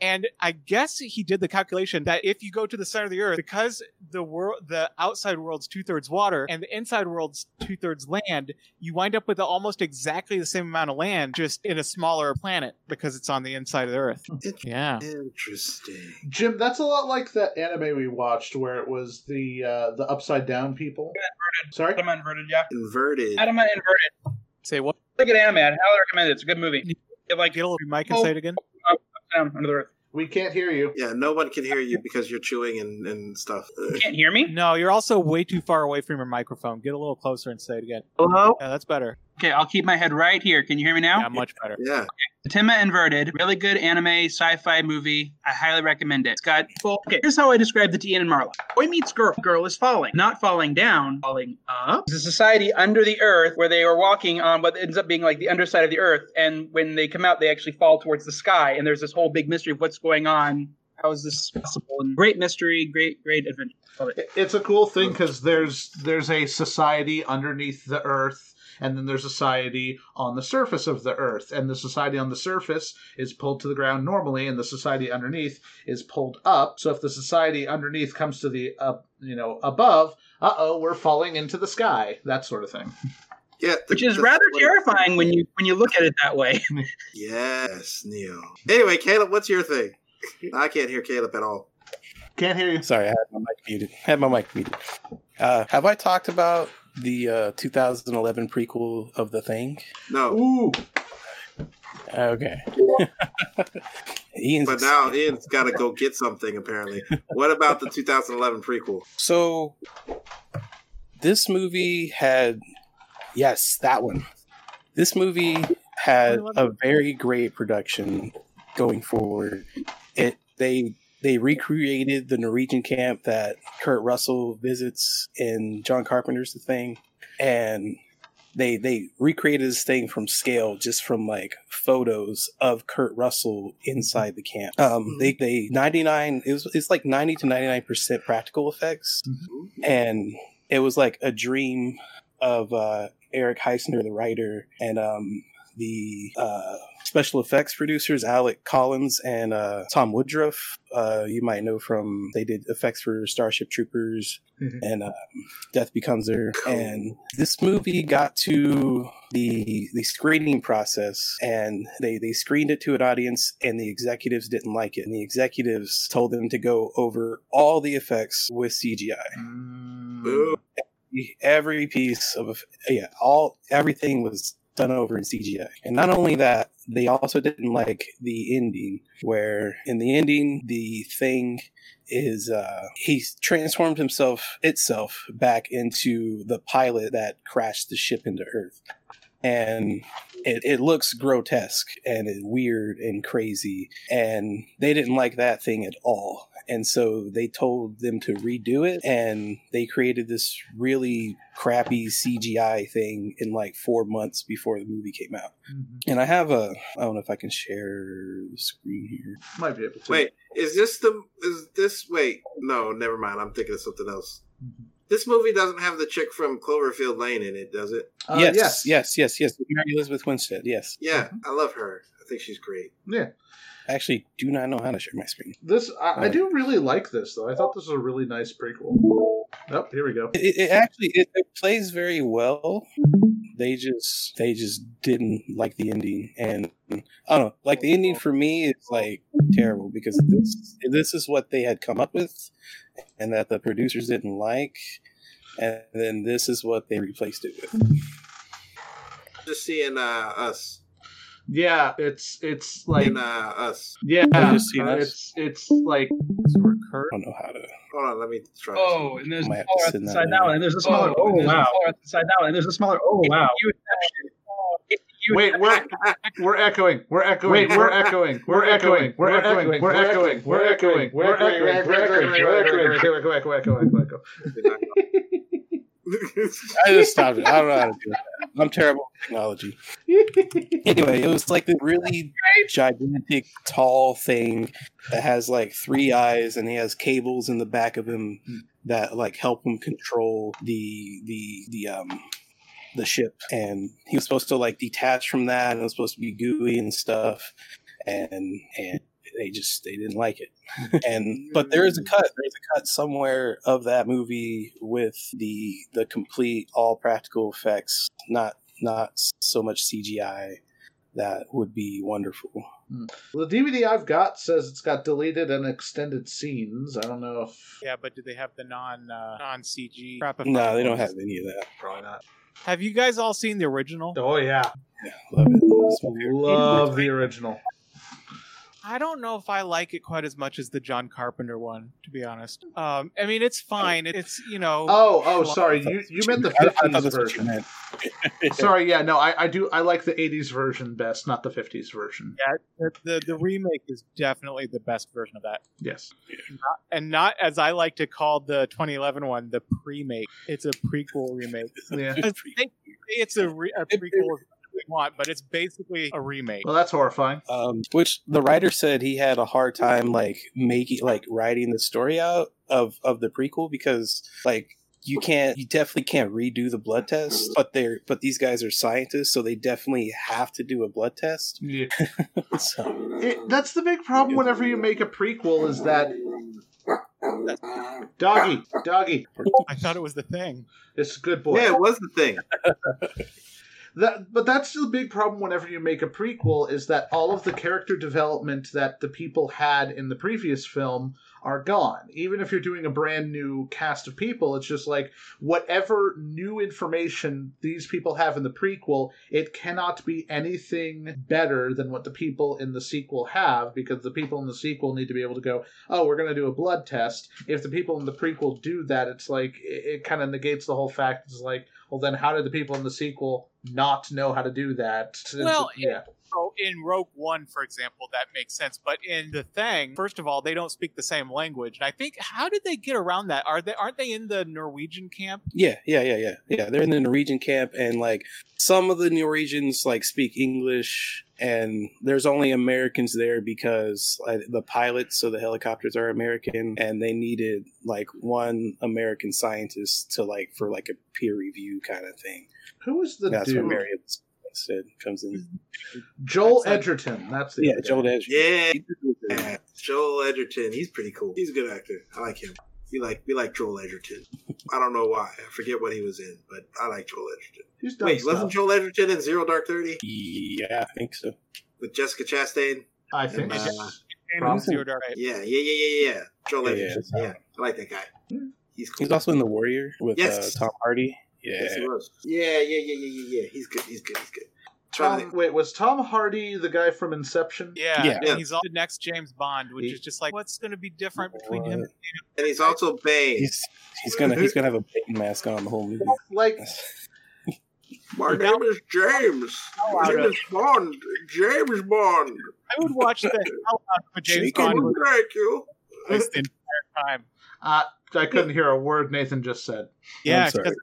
Speaker 1: And I guess he did the calculation that if you go to the center of the earth, because the world, the outside world's two thirds water and the inside world's two thirds land, you wind up with almost exactly the same amount of land, just in a smaller planet because it's on the inside of the earth. Yeah.
Speaker 4: Interesting.
Speaker 2: Jim, that's a lot like that anime we watched where it was the uh, the upside down people. Sorry,
Speaker 3: Adama Inverted, yeah.
Speaker 4: Inverted.
Speaker 3: Adama Inverted.
Speaker 1: Say what?
Speaker 3: Look at anime. I'd highly recommend it. It's a good movie. It like
Speaker 1: Get a little mic and say it again.
Speaker 3: down under the earth.
Speaker 2: we can't hear you.
Speaker 4: Yeah, no one can hear you because you're chewing and, and stuff. Uh,
Speaker 3: You can't hear me?
Speaker 1: No, you're also way too far away from your microphone. Get a little closer and say it again.
Speaker 3: Hello?
Speaker 1: Yeah, that's better.
Speaker 3: Okay, I'll keep my head right here. Can you hear me now?
Speaker 1: Yeah, much better.
Speaker 4: Yeah.
Speaker 3: Fatima Inverted, really good anime sci-fi movie. I highly recommend it. It's got well, okay. Here's how I describe the T and Marla. Boy meets girl. Girl is falling, not falling down, falling up. It's a society under the earth where they are walking on what ends up being like the underside of the earth, and when they come out, they actually fall towards the sky. And there's this whole big mystery of what's going on. How is this possible? And great mystery, great great adventure. Love it.
Speaker 2: It's a cool thing because there's there's a society underneath the earth, and then there's a society on the surface of the earth, and the society on the surface is pulled to the ground normally, and the society underneath is pulled up. So if the society underneath comes to the up, you know, above, uh oh, we're falling into the sky, that sort of thing.
Speaker 4: Yeah.
Speaker 3: Which is
Speaker 4: that's
Speaker 3: rather
Speaker 4: what it-
Speaker 3: terrifying when you when you look at it that way.
Speaker 4: Yes, Neil. Anyway, Caleb, what's your thing? I can't hear Caleb at all.
Speaker 2: Can't hear you.
Speaker 5: Sorry, I had my mic muted. I had my mic muted. Uh, have I talked about the uh, 2011 prequel of The Thing?
Speaker 4: No.
Speaker 2: Ooh,
Speaker 5: Okay. Ian's
Speaker 4: But now Ian's got to go get something, apparently. What about the 2011 prequel?
Speaker 5: So this movie had yes, that one. This movie had a very great production going forward. It they they recreated the Norwegian camp that Kurt Russell visits in John Carpenter's The Thing and they they recreated this thing from scale just from like photos of Kurt Russell inside the camp. Um they they 99 it was it's like 90 to 99% practical effects and it was like a dream of uh, Eric Heisner, the writer, and um, the uh, special effects producers Alec Collins and uh, Tom Woodruff. Uh, you might know from they did effects for Starship Troopers
Speaker 2: Mhm.
Speaker 5: and um, Death Becomes Her.
Speaker 4: Cool.
Speaker 5: And this movie got to the the screening process, and they they screened it to an audience, and the executives didn't like it, and the executives told them to go over all the effects with CGI
Speaker 1: Hmm.
Speaker 4: Ooh.
Speaker 5: every piece of yeah all everything was done over in cgi and not only that they also didn't like the ending where in the ending the thing is uh he's transformed himself itself back into the pilot that crashed the ship into earth and it, it looks grotesque and it- weird and crazy and they didn't like that thing at all and so they told them to redo it and they created this really crappy cgi thing in like four months before the movie came out
Speaker 2: Mm,
Speaker 5: and i have a i don't know if i can share the screen here
Speaker 2: Might be able to.
Speaker 4: Wait, is this the. Is this. Wait, no, never mind. I'm thinking of something else.
Speaker 2: Mm-hmm.
Speaker 4: This movie doesn't have the chick from Cloverfield Lane in it, does it?
Speaker 2: Uh,
Speaker 5: yes, yes yes yes yes mary elizabeth winstead yes
Speaker 4: Yeah,
Speaker 2: Mm-hmm.
Speaker 4: I love her. I think she's great.
Speaker 2: Yeah.
Speaker 5: I actually do not know how to share my screen
Speaker 2: This I, I
Speaker 5: Right.
Speaker 2: do really like this though. I thought this was a really nice prequel. Oh, here we go.
Speaker 5: it, it actually it, it plays very well they just they just didn't like the ending and i don't know like the ending for me is like terrible because this this is what they had come up with and that the producers didn't like and then this is what they replaced it with
Speaker 4: Just seeing uh, us.
Speaker 2: Yeah, it's it's like
Speaker 4: And, uh, us.
Speaker 2: yeah,
Speaker 5: I've just seen
Speaker 2: uh,
Speaker 5: this.
Speaker 2: it's it's like
Speaker 5: i don't know how to
Speaker 4: Hold on, let me try.
Speaker 3: Oh, and there's
Speaker 5: Might
Speaker 3: a
Speaker 5: have
Speaker 3: smaller
Speaker 5: to send that
Speaker 3: inside that
Speaker 5: in.
Speaker 3: one, and there's a smaller.
Speaker 2: Oh,
Speaker 3: Oh, wow.
Speaker 2: wow.
Speaker 3: Inside that one, and there's a smaller. Oh wow.
Speaker 2: wait, we're we're echoing. We're echoing.
Speaker 4: Wait,
Speaker 2: we're echoing. We're echoing. We're echoing. We're echoing. We're echoing. We're echoing. We're echoing. We're echoing. We're echoing. We're echoing. We're echoing.
Speaker 5: I just stopped it. I don't know how to do it. I'm terrible with technology. anyway, it was like the really gigantic, tall thing that has like three eyes, and he has cables in the back of him that like help him control the the the um the ship. And he was supposed to like detach from that, and it was supposed to be gooey and stuff. And and they just they didn't like it. and but there is a cut. There's a cut somewhere of that movie with the the complete all practical effects, not not so much CGI. That would be wonderful.
Speaker 2: The DVD I've got says it's got deleted and extended scenes. I don't know if
Speaker 1: Yeah, but do they have the non uh, non CG crap?
Speaker 5: No, they don't have any of that.
Speaker 2: probably not.
Speaker 1: Have you guys all seen the original?
Speaker 2: Oh yeah,
Speaker 5: Love it. It's my favorite.
Speaker 2: love the original.
Speaker 1: I don't know if I like it quite as much as the John Carpenter one, to be honest. Um, I mean, it's fine. It's you know,
Speaker 2: Oh oh, sorry, you you meant the
Speaker 5: I- I thought
Speaker 2: fifties
Speaker 5: that's what you
Speaker 2: version.
Speaker 5: meant.
Speaker 2: Sorry, yeah, no, I, I do I like the eighties version best, not the fifties version.
Speaker 1: the, the the remake is definitely the best version of that,
Speaker 2: Yes.
Speaker 1: and not as I like to call the 2011 one the pre-make. It's a prequel remake.
Speaker 2: Yeah.
Speaker 1: They say it's a, re- a prequel. If you want, but it's basically a remake.
Speaker 2: Well, that's horrifying.
Speaker 5: um, which the writer said he had a hard time like making like writing the story out of of the prequel because like you can't you definitely can't redo the blood test but they're but these guys are scientists so they definitely have to do a blood test
Speaker 2: Yeah.
Speaker 5: so
Speaker 2: It, that's the big problem whenever you make a prequel is that doggy, doggy,
Speaker 1: I thought it was the thing.
Speaker 2: it's a good boy.
Speaker 4: Yeah, it was the thing.
Speaker 2: That, but that's the big problem whenever you make a prequel is that all of the character development that the people had in the previous film are gone. Even if you're doing a brand new cast of people, it's just like whatever new information these people have in the prequel, it cannot be anything better than what the people in the sequel have because the people in the sequel need to be able to go, oh, we're going to do a blood test. If the people in the prequel do that, it's like it, it kind of negates the whole fact. It's like, well, then how did the people in the sequel not know how to do that? It's-
Speaker 1: Well,
Speaker 2: yeah,
Speaker 1: So in Rogue One, for example, that makes sense. But in the Thing, first of all, they don't speak the same language, and I think how did they get around that? Are they aren't they in the Norwegian camp?
Speaker 5: yeah yeah yeah yeah yeah they're in the norwegian camp and like some of the norwegians like speak english and there's only americans there because like, the pilots so the helicopters are american and they needed like one american scientist to like for like a peer review kind of thing
Speaker 2: who is the
Speaker 5: that's
Speaker 2: dude?
Speaker 5: what Marion said comes in
Speaker 2: Joel
Speaker 1: That's like-
Speaker 2: Edgerton. That's the
Speaker 5: yeah
Speaker 2: other guy.
Speaker 5: joel edge
Speaker 4: Yeah, Joel Edgerton. He's pretty cool. He's a good actor. I like him. We like we like Joel Edgerton. I don't know why. I forget what he was in, but I like Joel Edgerton.
Speaker 2: He's done
Speaker 4: Wait,
Speaker 2: stuff.
Speaker 4: wasn't Joel Edgerton in Zero Dark Thirty
Speaker 5: yeah i think so
Speaker 4: with Jessica Chastain?
Speaker 2: I think.
Speaker 4: Uh,
Speaker 2: so.
Speaker 1: And
Speaker 2: Probably.
Speaker 1: Zero Dark Thirty.
Speaker 4: Yeah, yeah, yeah, yeah, yeah. Joel
Speaker 5: Yeah,
Speaker 4: Edgerton.
Speaker 5: yeah.
Speaker 4: Yeah, I like that guy. He's cool.
Speaker 5: he's also in the warrior with
Speaker 4: Yes.
Speaker 5: uh, tom hardy
Speaker 4: Yes,
Speaker 5: yeah
Speaker 4: he was. Yeah, yeah, yeah, yeah, yeah, yeah. He's good. He's good. He's good. Trying to
Speaker 2: Tom,
Speaker 4: think.
Speaker 2: wait, was Tom Hardy the guy from Inception?
Speaker 1: Yeah,
Speaker 5: Yeah.
Speaker 1: and he's all the next James Bond, which
Speaker 2: He-
Speaker 1: is just like what's going to be different between him.
Speaker 5: What?
Speaker 4: and he's also Bane.
Speaker 5: he's he's gonna he's gonna have a Peyton mask on the whole movie
Speaker 2: Like,
Speaker 4: My name is James.
Speaker 5: Oh,
Speaker 4: My name is Bond. James Bond.
Speaker 1: I would watch the hell out of a James
Speaker 5: Shake
Speaker 1: Bond
Speaker 5: it.
Speaker 1: movie
Speaker 4: Thank you.
Speaker 1: this entire time.
Speaker 2: uh, I couldn't hear a word Nathan just said.
Speaker 1: Yeah,
Speaker 5: sorry.
Speaker 1: because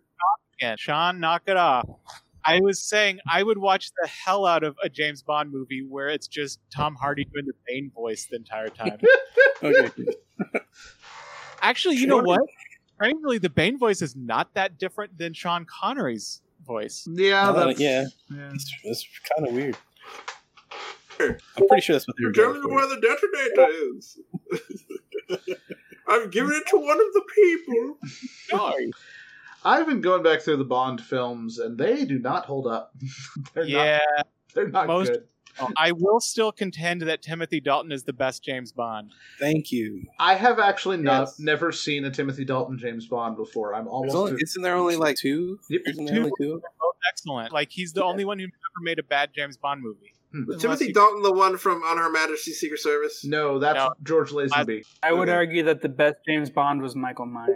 Speaker 1: again, Sean, knock it off. I was saying I would watch the hell out of a James Bond movie where it's just Tom Hardy doing the Bane voice the entire time.
Speaker 5: okay
Speaker 1: Actually, you know
Speaker 5: Sure.
Speaker 1: what? Frankly, the Bane voice is not that different than Sean Connery's voice.
Speaker 2: Yeah,
Speaker 5: Uh,
Speaker 2: that's,
Speaker 5: yeah
Speaker 2: yeah.
Speaker 5: That's, that's kind of weird. I'm pretty sure that's what they were going
Speaker 4: Determine
Speaker 5: for.
Speaker 4: where the detonator is. I've given it to one of the people.
Speaker 2: I've been going back through the Bond films, and they do not hold up. they're not.
Speaker 1: Yeah,
Speaker 2: They're not
Speaker 1: Most-
Speaker 2: good.
Speaker 1: I will still contend that Timothy Dalton is the best James Bond.
Speaker 5: Thank you.
Speaker 2: I have actually not
Speaker 5: Yes.
Speaker 2: never seen a Timothy Dalton James Bond before. I'm
Speaker 5: There's
Speaker 2: almost.
Speaker 5: only, isn't there only like two?
Speaker 2: Yep.
Speaker 5: Isn't there
Speaker 1: Two.
Speaker 5: only two?
Speaker 1: Both excellent. Like he's the only one who ever made a bad James Bond movie.
Speaker 2: Hmm.
Speaker 1: Unless
Speaker 4: Timothy
Speaker 1: you-
Speaker 4: Dalton, the one from On Her Majesty's Secret Service.
Speaker 2: no, that's
Speaker 1: No.
Speaker 2: George Lazenby.
Speaker 3: I would
Speaker 4: Okay.
Speaker 3: argue that the best James Bond was Michael Myers,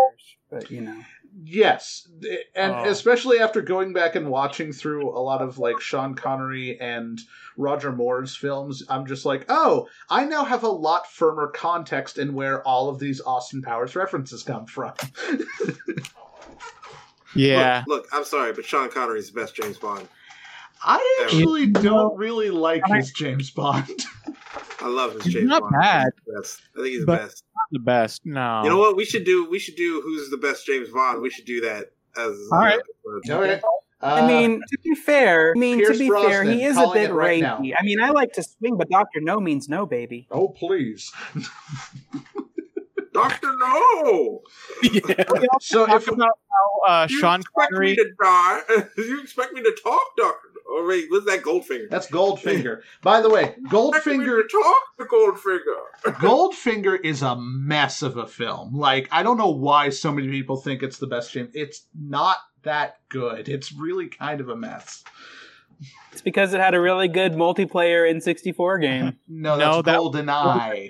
Speaker 3: but you know.
Speaker 2: Yes, and
Speaker 1: Oh.
Speaker 2: especially after going back and watching through a lot of like Sean Connery and Roger Moore's films, I'm just like, oh, I now have a lot firmer context in where all of these Austin Powers references come from.
Speaker 1: Yeah.
Speaker 4: Look, look, I'm sorry, but Sean Connery's the best James Bond.
Speaker 2: I actually don't really like his James Bond.
Speaker 4: I love his
Speaker 1: He's
Speaker 4: James
Speaker 1: not
Speaker 4: Bond.
Speaker 1: bad.
Speaker 4: He's the best. I think he's the
Speaker 1: But-
Speaker 4: best.
Speaker 1: Not the best. No.
Speaker 4: You know what? We should do. We should do. Who's the best James Bond? We should do that as.
Speaker 1: All right.
Speaker 4: episode.
Speaker 2: Okay. Uh,
Speaker 6: I mean, to be fair, I mean
Speaker 2: Pierce
Speaker 6: to be fair,
Speaker 2: Brosnan,
Speaker 6: he is a
Speaker 2: calling
Speaker 6: bit
Speaker 2: it right now.
Speaker 6: rapey. I mean, I like to swing, but Doctor No means no, baby.
Speaker 2: oh please.
Speaker 4: Doctor No.
Speaker 5: yeah.
Speaker 2: So
Speaker 1: Talk
Speaker 2: if
Speaker 1: about how uh,
Speaker 4: You
Speaker 1: Sean
Speaker 4: expect me
Speaker 1: Connery.
Speaker 4: to die? you expect me to talk, Doctor? Oh wait, was that Goldfinger?
Speaker 2: that's Goldfinger. By the way,
Speaker 4: Expect me
Speaker 2: Goldfinger
Speaker 4: to talk to Goldfinger.
Speaker 2: Goldfinger is a mess of a film. Like, I don't know why so many people think it's the best James. It's not that good. It's really kind of a mess.
Speaker 6: It's because it had a really good multiplayer in 64 game.
Speaker 2: No, that's
Speaker 1: No, that-
Speaker 2: Golden Eye.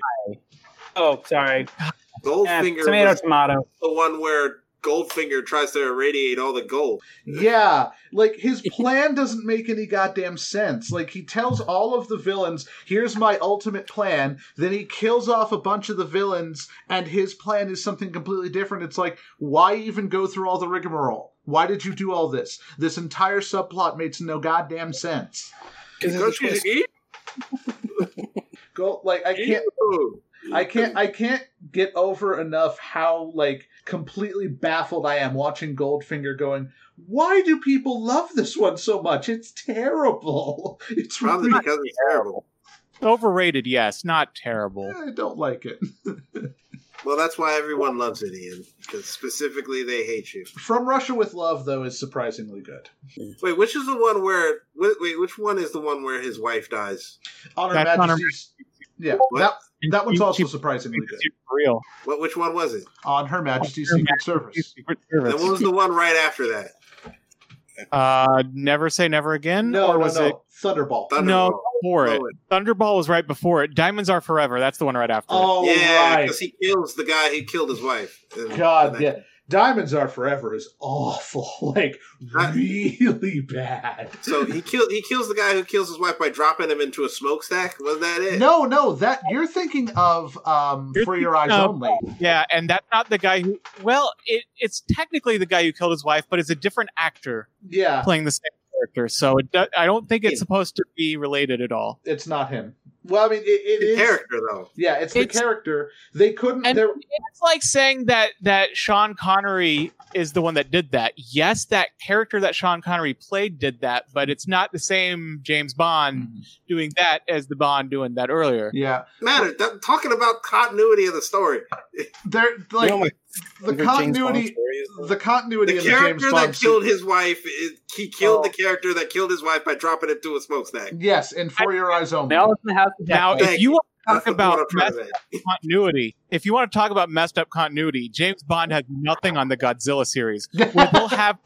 Speaker 6: oh, sorry. Eh,
Speaker 4: Goldfinger
Speaker 6: tomato,
Speaker 4: was
Speaker 6: tomato.
Speaker 4: the one where Goldfinger tries to irradiate all the gold.
Speaker 2: Yeah, like his plan doesn't make any goddamn sense. Like he tells all of the villains, "Here's my ultimate plan." Then he kills off a bunch of the villains, and his plan is something completely different. It's like, why even go through all the rigmarole? Why did you do all this? This entire subplot makes no goddamn sense.
Speaker 4: Because she's evil.
Speaker 2: Go like I can't I can't I can't get over enough how like completely baffled I am watching Goldfinger going, why do people love this one so much? It's terrible. It's
Speaker 4: Probably
Speaker 2: really
Speaker 4: because it's terrible.
Speaker 1: Overrated, yes, not terrible.
Speaker 2: I don't like it.
Speaker 4: Well, that's why everyone loves it, Ian. Because specifically, they hate you.
Speaker 2: From Russia with Love though is surprisingly good.
Speaker 4: Wait, which is the one where? Wait, wait, which one is the one where his wife dies?
Speaker 2: On Her
Speaker 1: That's Honor
Speaker 2: Majesty's Yeah,
Speaker 4: What?
Speaker 2: that that one's
Speaker 1: She-
Speaker 2: also
Speaker 1: she-
Speaker 2: surprisingly good.
Speaker 1: she- for real.
Speaker 4: What? Which one was it?
Speaker 2: On Her Majesty's
Speaker 1: Her
Speaker 2: Secret Service.
Speaker 1: Secret
Speaker 4: And what was
Speaker 1: Service.
Speaker 4: the one right after that?
Speaker 1: Uh, never say never again.
Speaker 2: No,
Speaker 1: or
Speaker 2: no,
Speaker 1: was it
Speaker 2: no. Thunderball.
Speaker 4: Thunderball.
Speaker 1: before it? Thunderball was right before it. Diamonds are forever. That's the one right after. it.
Speaker 2: Oh
Speaker 4: yeah,
Speaker 2: right.
Speaker 4: because he kills the guy who killed his wife. And-
Speaker 2: God,
Speaker 4: and
Speaker 2: yeah. Diamonds Are Forever is awful. Like
Speaker 4: That-
Speaker 2: really bad.
Speaker 4: So he killed. He kills the guy who kills his wife by dropping him into a smokestack. Was that it?
Speaker 2: No, no, that you're thinking of um,
Speaker 1: You're
Speaker 2: for your eyes
Speaker 1: thinking of-
Speaker 2: only.
Speaker 1: Yeah, and that's not the guy who. Well, it, it's technically the guy who killed his wife, but it's a different actor
Speaker 2: Yeah,
Speaker 1: playing the same character. So it, do- I don't think
Speaker 4: Yeah.
Speaker 1: it's supposed to be related at all.
Speaker 2: it's not him. Well, I mean, it, it
Speaker 4: the
Speaker 2: is.
Speaker 4: character though.
Speaker 2: Yeah, it's the
Speaker 1: It's-
Speaker 2: character. They couldn't.
Speaker 1: And-
Speaker 2: There,
Speaker 1: It's like saying that that Sean Connery is the one that did that. Yes, that character that Sean Connery played did that, but it's not the same James Bond doing that as the Bond doing that earlier.
Speaker 2: yeah,
Speaker 4: Matter. That, talking about continuity of the story.
Speaker 2: there. Like
Speaker 5: You know, my
Speaker 2: the
Speaker 5: favorite James Bond
Speaker 2: continuity,
Speaker 5: story is
Speaker 2: the continuity
Speaker 4: The
Speaker 2: of the James
Speaker 4: character
Speaker 2: Bond.
Speaker 4: that
Speaker 2: se-
Speaker 4: killed his wife. Is, he killed
Speaker 2: Oh.
Speaker 4: the character that killed his wife by dropping him to a smokestack.
Speaker 2: yes, and for your eyes only.
Speaker 6: They all live in the house. of
Speaker 1: Now,
Speaker 6: Jack.
Speaker 1: if you want to
Speaker 4: That's
Speaker 1: talk
Speaker 4: the
Speaker 1: about
Speaker 4: point I'm trying
Speaker 1: messed
Speaker 4: to make.
Speaker 1: up continuity, if you want to talk about messed up continuity, James Bond has nothing on the Godzilla series. where they'll have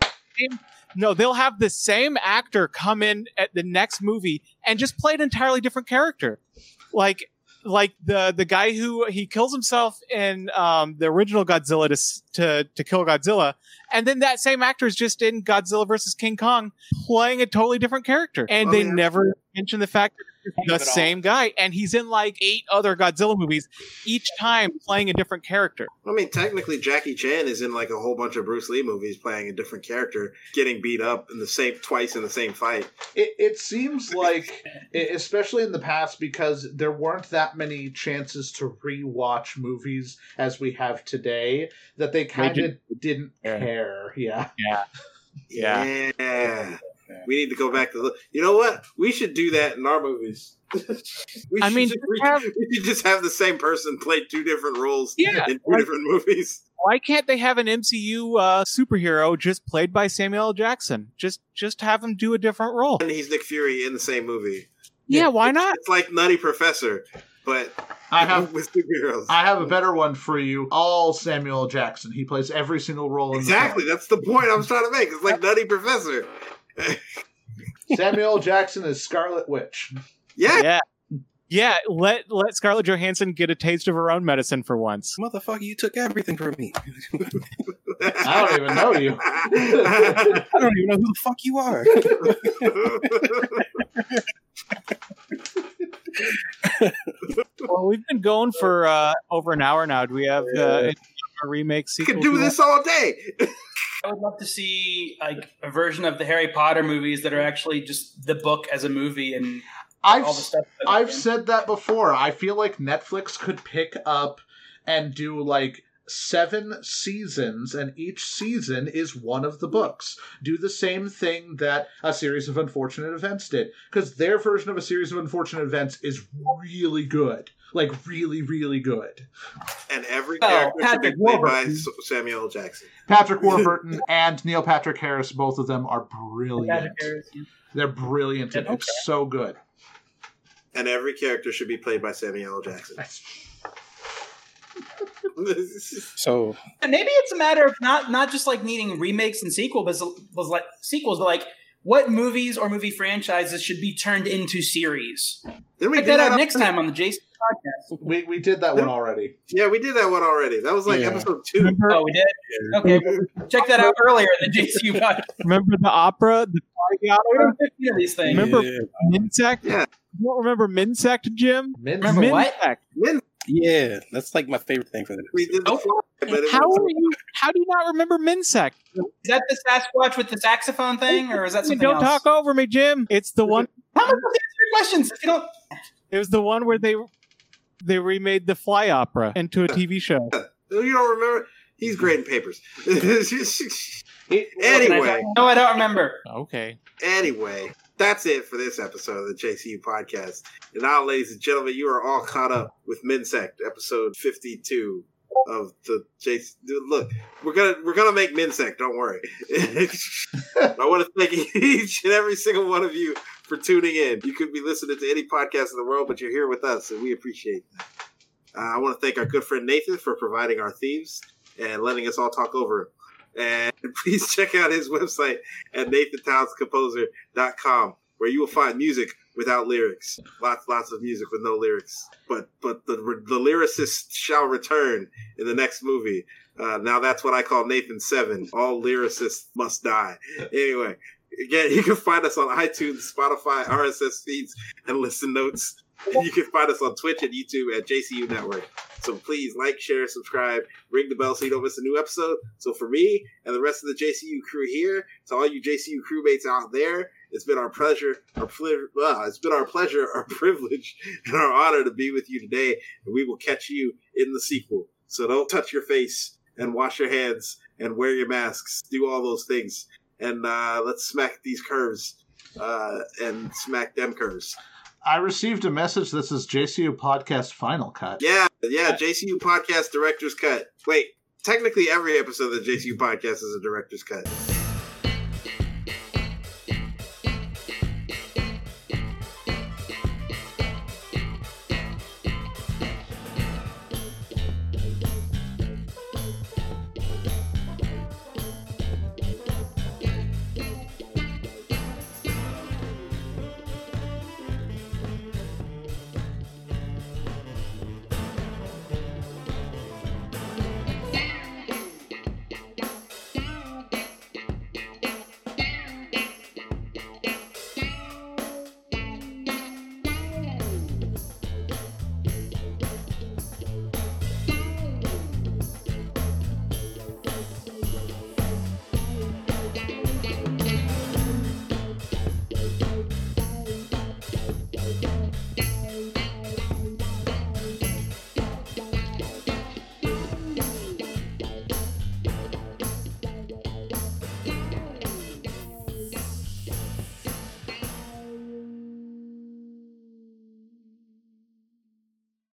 Speaker 1: no, they'll have the same actor come in at the next movie and just play an entirely different character, like like the the guy who he kills himself in um, the original Godzilla to, s- to to kill Godzilla, and then that same actor is just in Godzilla versus King Kong playing a totally different character, and
Speaker 4: Oh,
Speaker 1: they
Speaker 4: yeah.
Speaker 1: never mention the fact that
Speaker 6: Think
Speaker 1: it's
Speaker 6: of
Speaker 1: the
Speaker 6: it all.
Speaker 1: same guy, and he's in like eight other Godzilla movies, each time playing a different character.
Speaker 4: I mean, technically, Jackie Chan is in like a whole bunch of Bruce Lee movies, playing a different character, getting beat up in the same twice in the same fight.
Speaker 2: It, it seems like, e- especially in the past, because there weren't that many chances to rewatch movies as we have today, that they kind of didn't
Speaker 1: Yeah.
Speaker 2: care. Yeah.
Speaker 1: Yeah.
Speaker 4: Yeah. We need to go back to the. You know what? We should do that in our movies. we should
Speaker 1: I mean,
Speaker 4: just,
Speaker 1: just
Speaker 4: we,
Speaker 1: have-
Speaker 4: we should just have the same person play two different roles
Speaker 1: Yeah,
Speaker 4: in two
Speaker 1: like-
Speaker 4: different movies.
Speaker 1: why can't they have an MCU uh, superhero just played by Samuel L. Jackson? Just just have him do a different role.
Speaker 4: And he's Nick Fury in the same movie.
Speaker 1: Yeah, why not?
Speaker 4: It's like Nutty Professor, but
Speaker 2: I have
Speaker 4: with superheroes.
Speaker 2: I have a better one for you. All Samuel L. Jackson. He plays every single role in
Speaker 4: exactly.
Speaker 2: The
Speaker 4: That's the point I was trying to make. It's like Nutty Professor.
Speaker 2: film. Samuel L. Jackson is Scarlet Witch.
Speaker 4: Yeah.
Speaker 1: Yeah. Yeah, let let Scarlett Johansson get a taste of her own medicine for once.
Speaker 5: motherfucker, you took everything from me.
Speaker 2: I don't even know you.
Speaker 5: I don't even know who the fuck you are.
Speaker 1: Well, we've been going for uh, over an hour now. Do we have uh, a remake
Speaker 4: you
Speaker 1: sequel?
Speaker 4: could do
Speaker 1: to
Speaker 4: this all day.
Speaker 3: I would love to see like a version of the Harry Potter movies that are actually just the book as a movie and
Speaker 2: I've
Speaker 3: all the stuff. that-
Speaker 2: I've said that before. I feel like Netflix could pick up and do like seven seasons, and each season is one of the books. Do the same thing that A Series of Unfortunate Events did, because their version of A Series of Unfortunate Events is really good. Like, really, really good.
Speaker 4: And every
Speaker 3: Oh,
Speaker 4: character should be
Speaker 3: Patrick
Speaker 4: played by
Speaker 3: Warburton.
Speaker 4: S- Samuel L. Jackson.
Speaker 2: Patrick Warburton and Neil Patrick Harris, both of them are brilliant. They're brilliant, and
Speaker 3: Okay.
Speaker 2: it's so good.
Speaker 4: And every character should be played by Samuel L. Jackson.
Speaker 5: So
Speaker 3: And maybe it's a matter of not not just like needing remakes and sequels, but was like sequels, but like what movies or movie franchises should be turned into series?
Speaker 4: Didn't we
Speaker 3: Check
Speaker 4: do
Speaker 3: that
Speaker 4: that
Speaker 3: out
Speaker 4: al-
Speaker 3: next time on the Jason podcast.
Speaker 2: We, we did that one already.
Speaker 4: Yeah, we did that one already. That was like
Speaker 5: Yeah.
Speaker 4: episode two.
Speaker 1: Remember,
Speaker 3: Oh, we did. Okay, check that out earlier in the JCU podcast.
Speaker 1: remember the opera, the Carnegie
Speaker 3: We
Speaker 1: opera?
Speaker 3: don't do any of these things.
Speaker 1: Remember-
Speaker 5: yeah,
Speaker 1: Minsect?
Speaker 4: Yeah.
Speaker 1: You don't remember Minsect, Jim?
Speaker 2: Min's
Speaker 3: Remember what?
Speaker 1: Minsect.
Speaker 4: Then
Speaker 5: yeah, that's like my favorite thing for that.
Speaker 4: we did the
Speaker 3: Nope.
Speaker 4: fly, but it
Speaker 1: How
Speaker 4: was-
Speaker 1: are you? How do you not remember Minsect?
Speaker 3: Is that the Sasquatch with the saxophone thing, or is that something
Speaker 1: don't
Speaker 3: else?
Speaker 1: talk over me, Jim. It's the one.
Speaker 3: How am I supposed to answer your questions if you don't?
Speaker 1: It was the one where they they remade the Fly opera into a TV show.
Speaker 4: you don't remember? He's grading papers.
Speaker 3: Can I
Speaker 4: anyway,
Speaker 3: talk? No, I don't remember.
Speaker 1: Okay.
Speaker 4: anyway, that's it for this episode of the JCU podcast. And now, ladies and gentlemen, you are all caught up with Minsect, episode fifty-two of the JC. dude, Look, we're gonna we're gonna make Minsect. Don't worry. I want to thank each and every single one of you for tuning in. You could be listening to any podcast in the world, but you're here with us, and we appreciate that. Uh, I want to thank our good friend Nathan for providing our themes and letting us all talk over him. And please check out his website at nathantownscomposer.com, where you will find music without lyrics. Lots, lots of music with no lyrics. But but the, the lyricist shall return in the next movie. Uh, now that's what I call Nathan Seven. All lyricists must die. Anyway, again, you can find us on iTunes, Spotify, RSS feeds, and listen notes. And you can find us on Twitch and YouTube at JCU Network. So please like, share, subscribe, ring the bell so you don't miss a new episode. So for me and the rest of the JCU crew here, to all you JCU crewmates out there, it's been our pleasure, our pl- uh, it's been our pleasure, our privilege, and our honor to be with you today. And we will catch you in the sequel. So don't touch your face and wash your hands and wear your masks. Do all those things, and uh, let's smack these curves uh, and smack them curves.
Speaker 2: I received a message that says JCU Podcast Final Cut.
Speaker 4: Yeah, yeah. JCU podcast director's cut. Wait, technically every episode of the JCU podcast is a director's cut.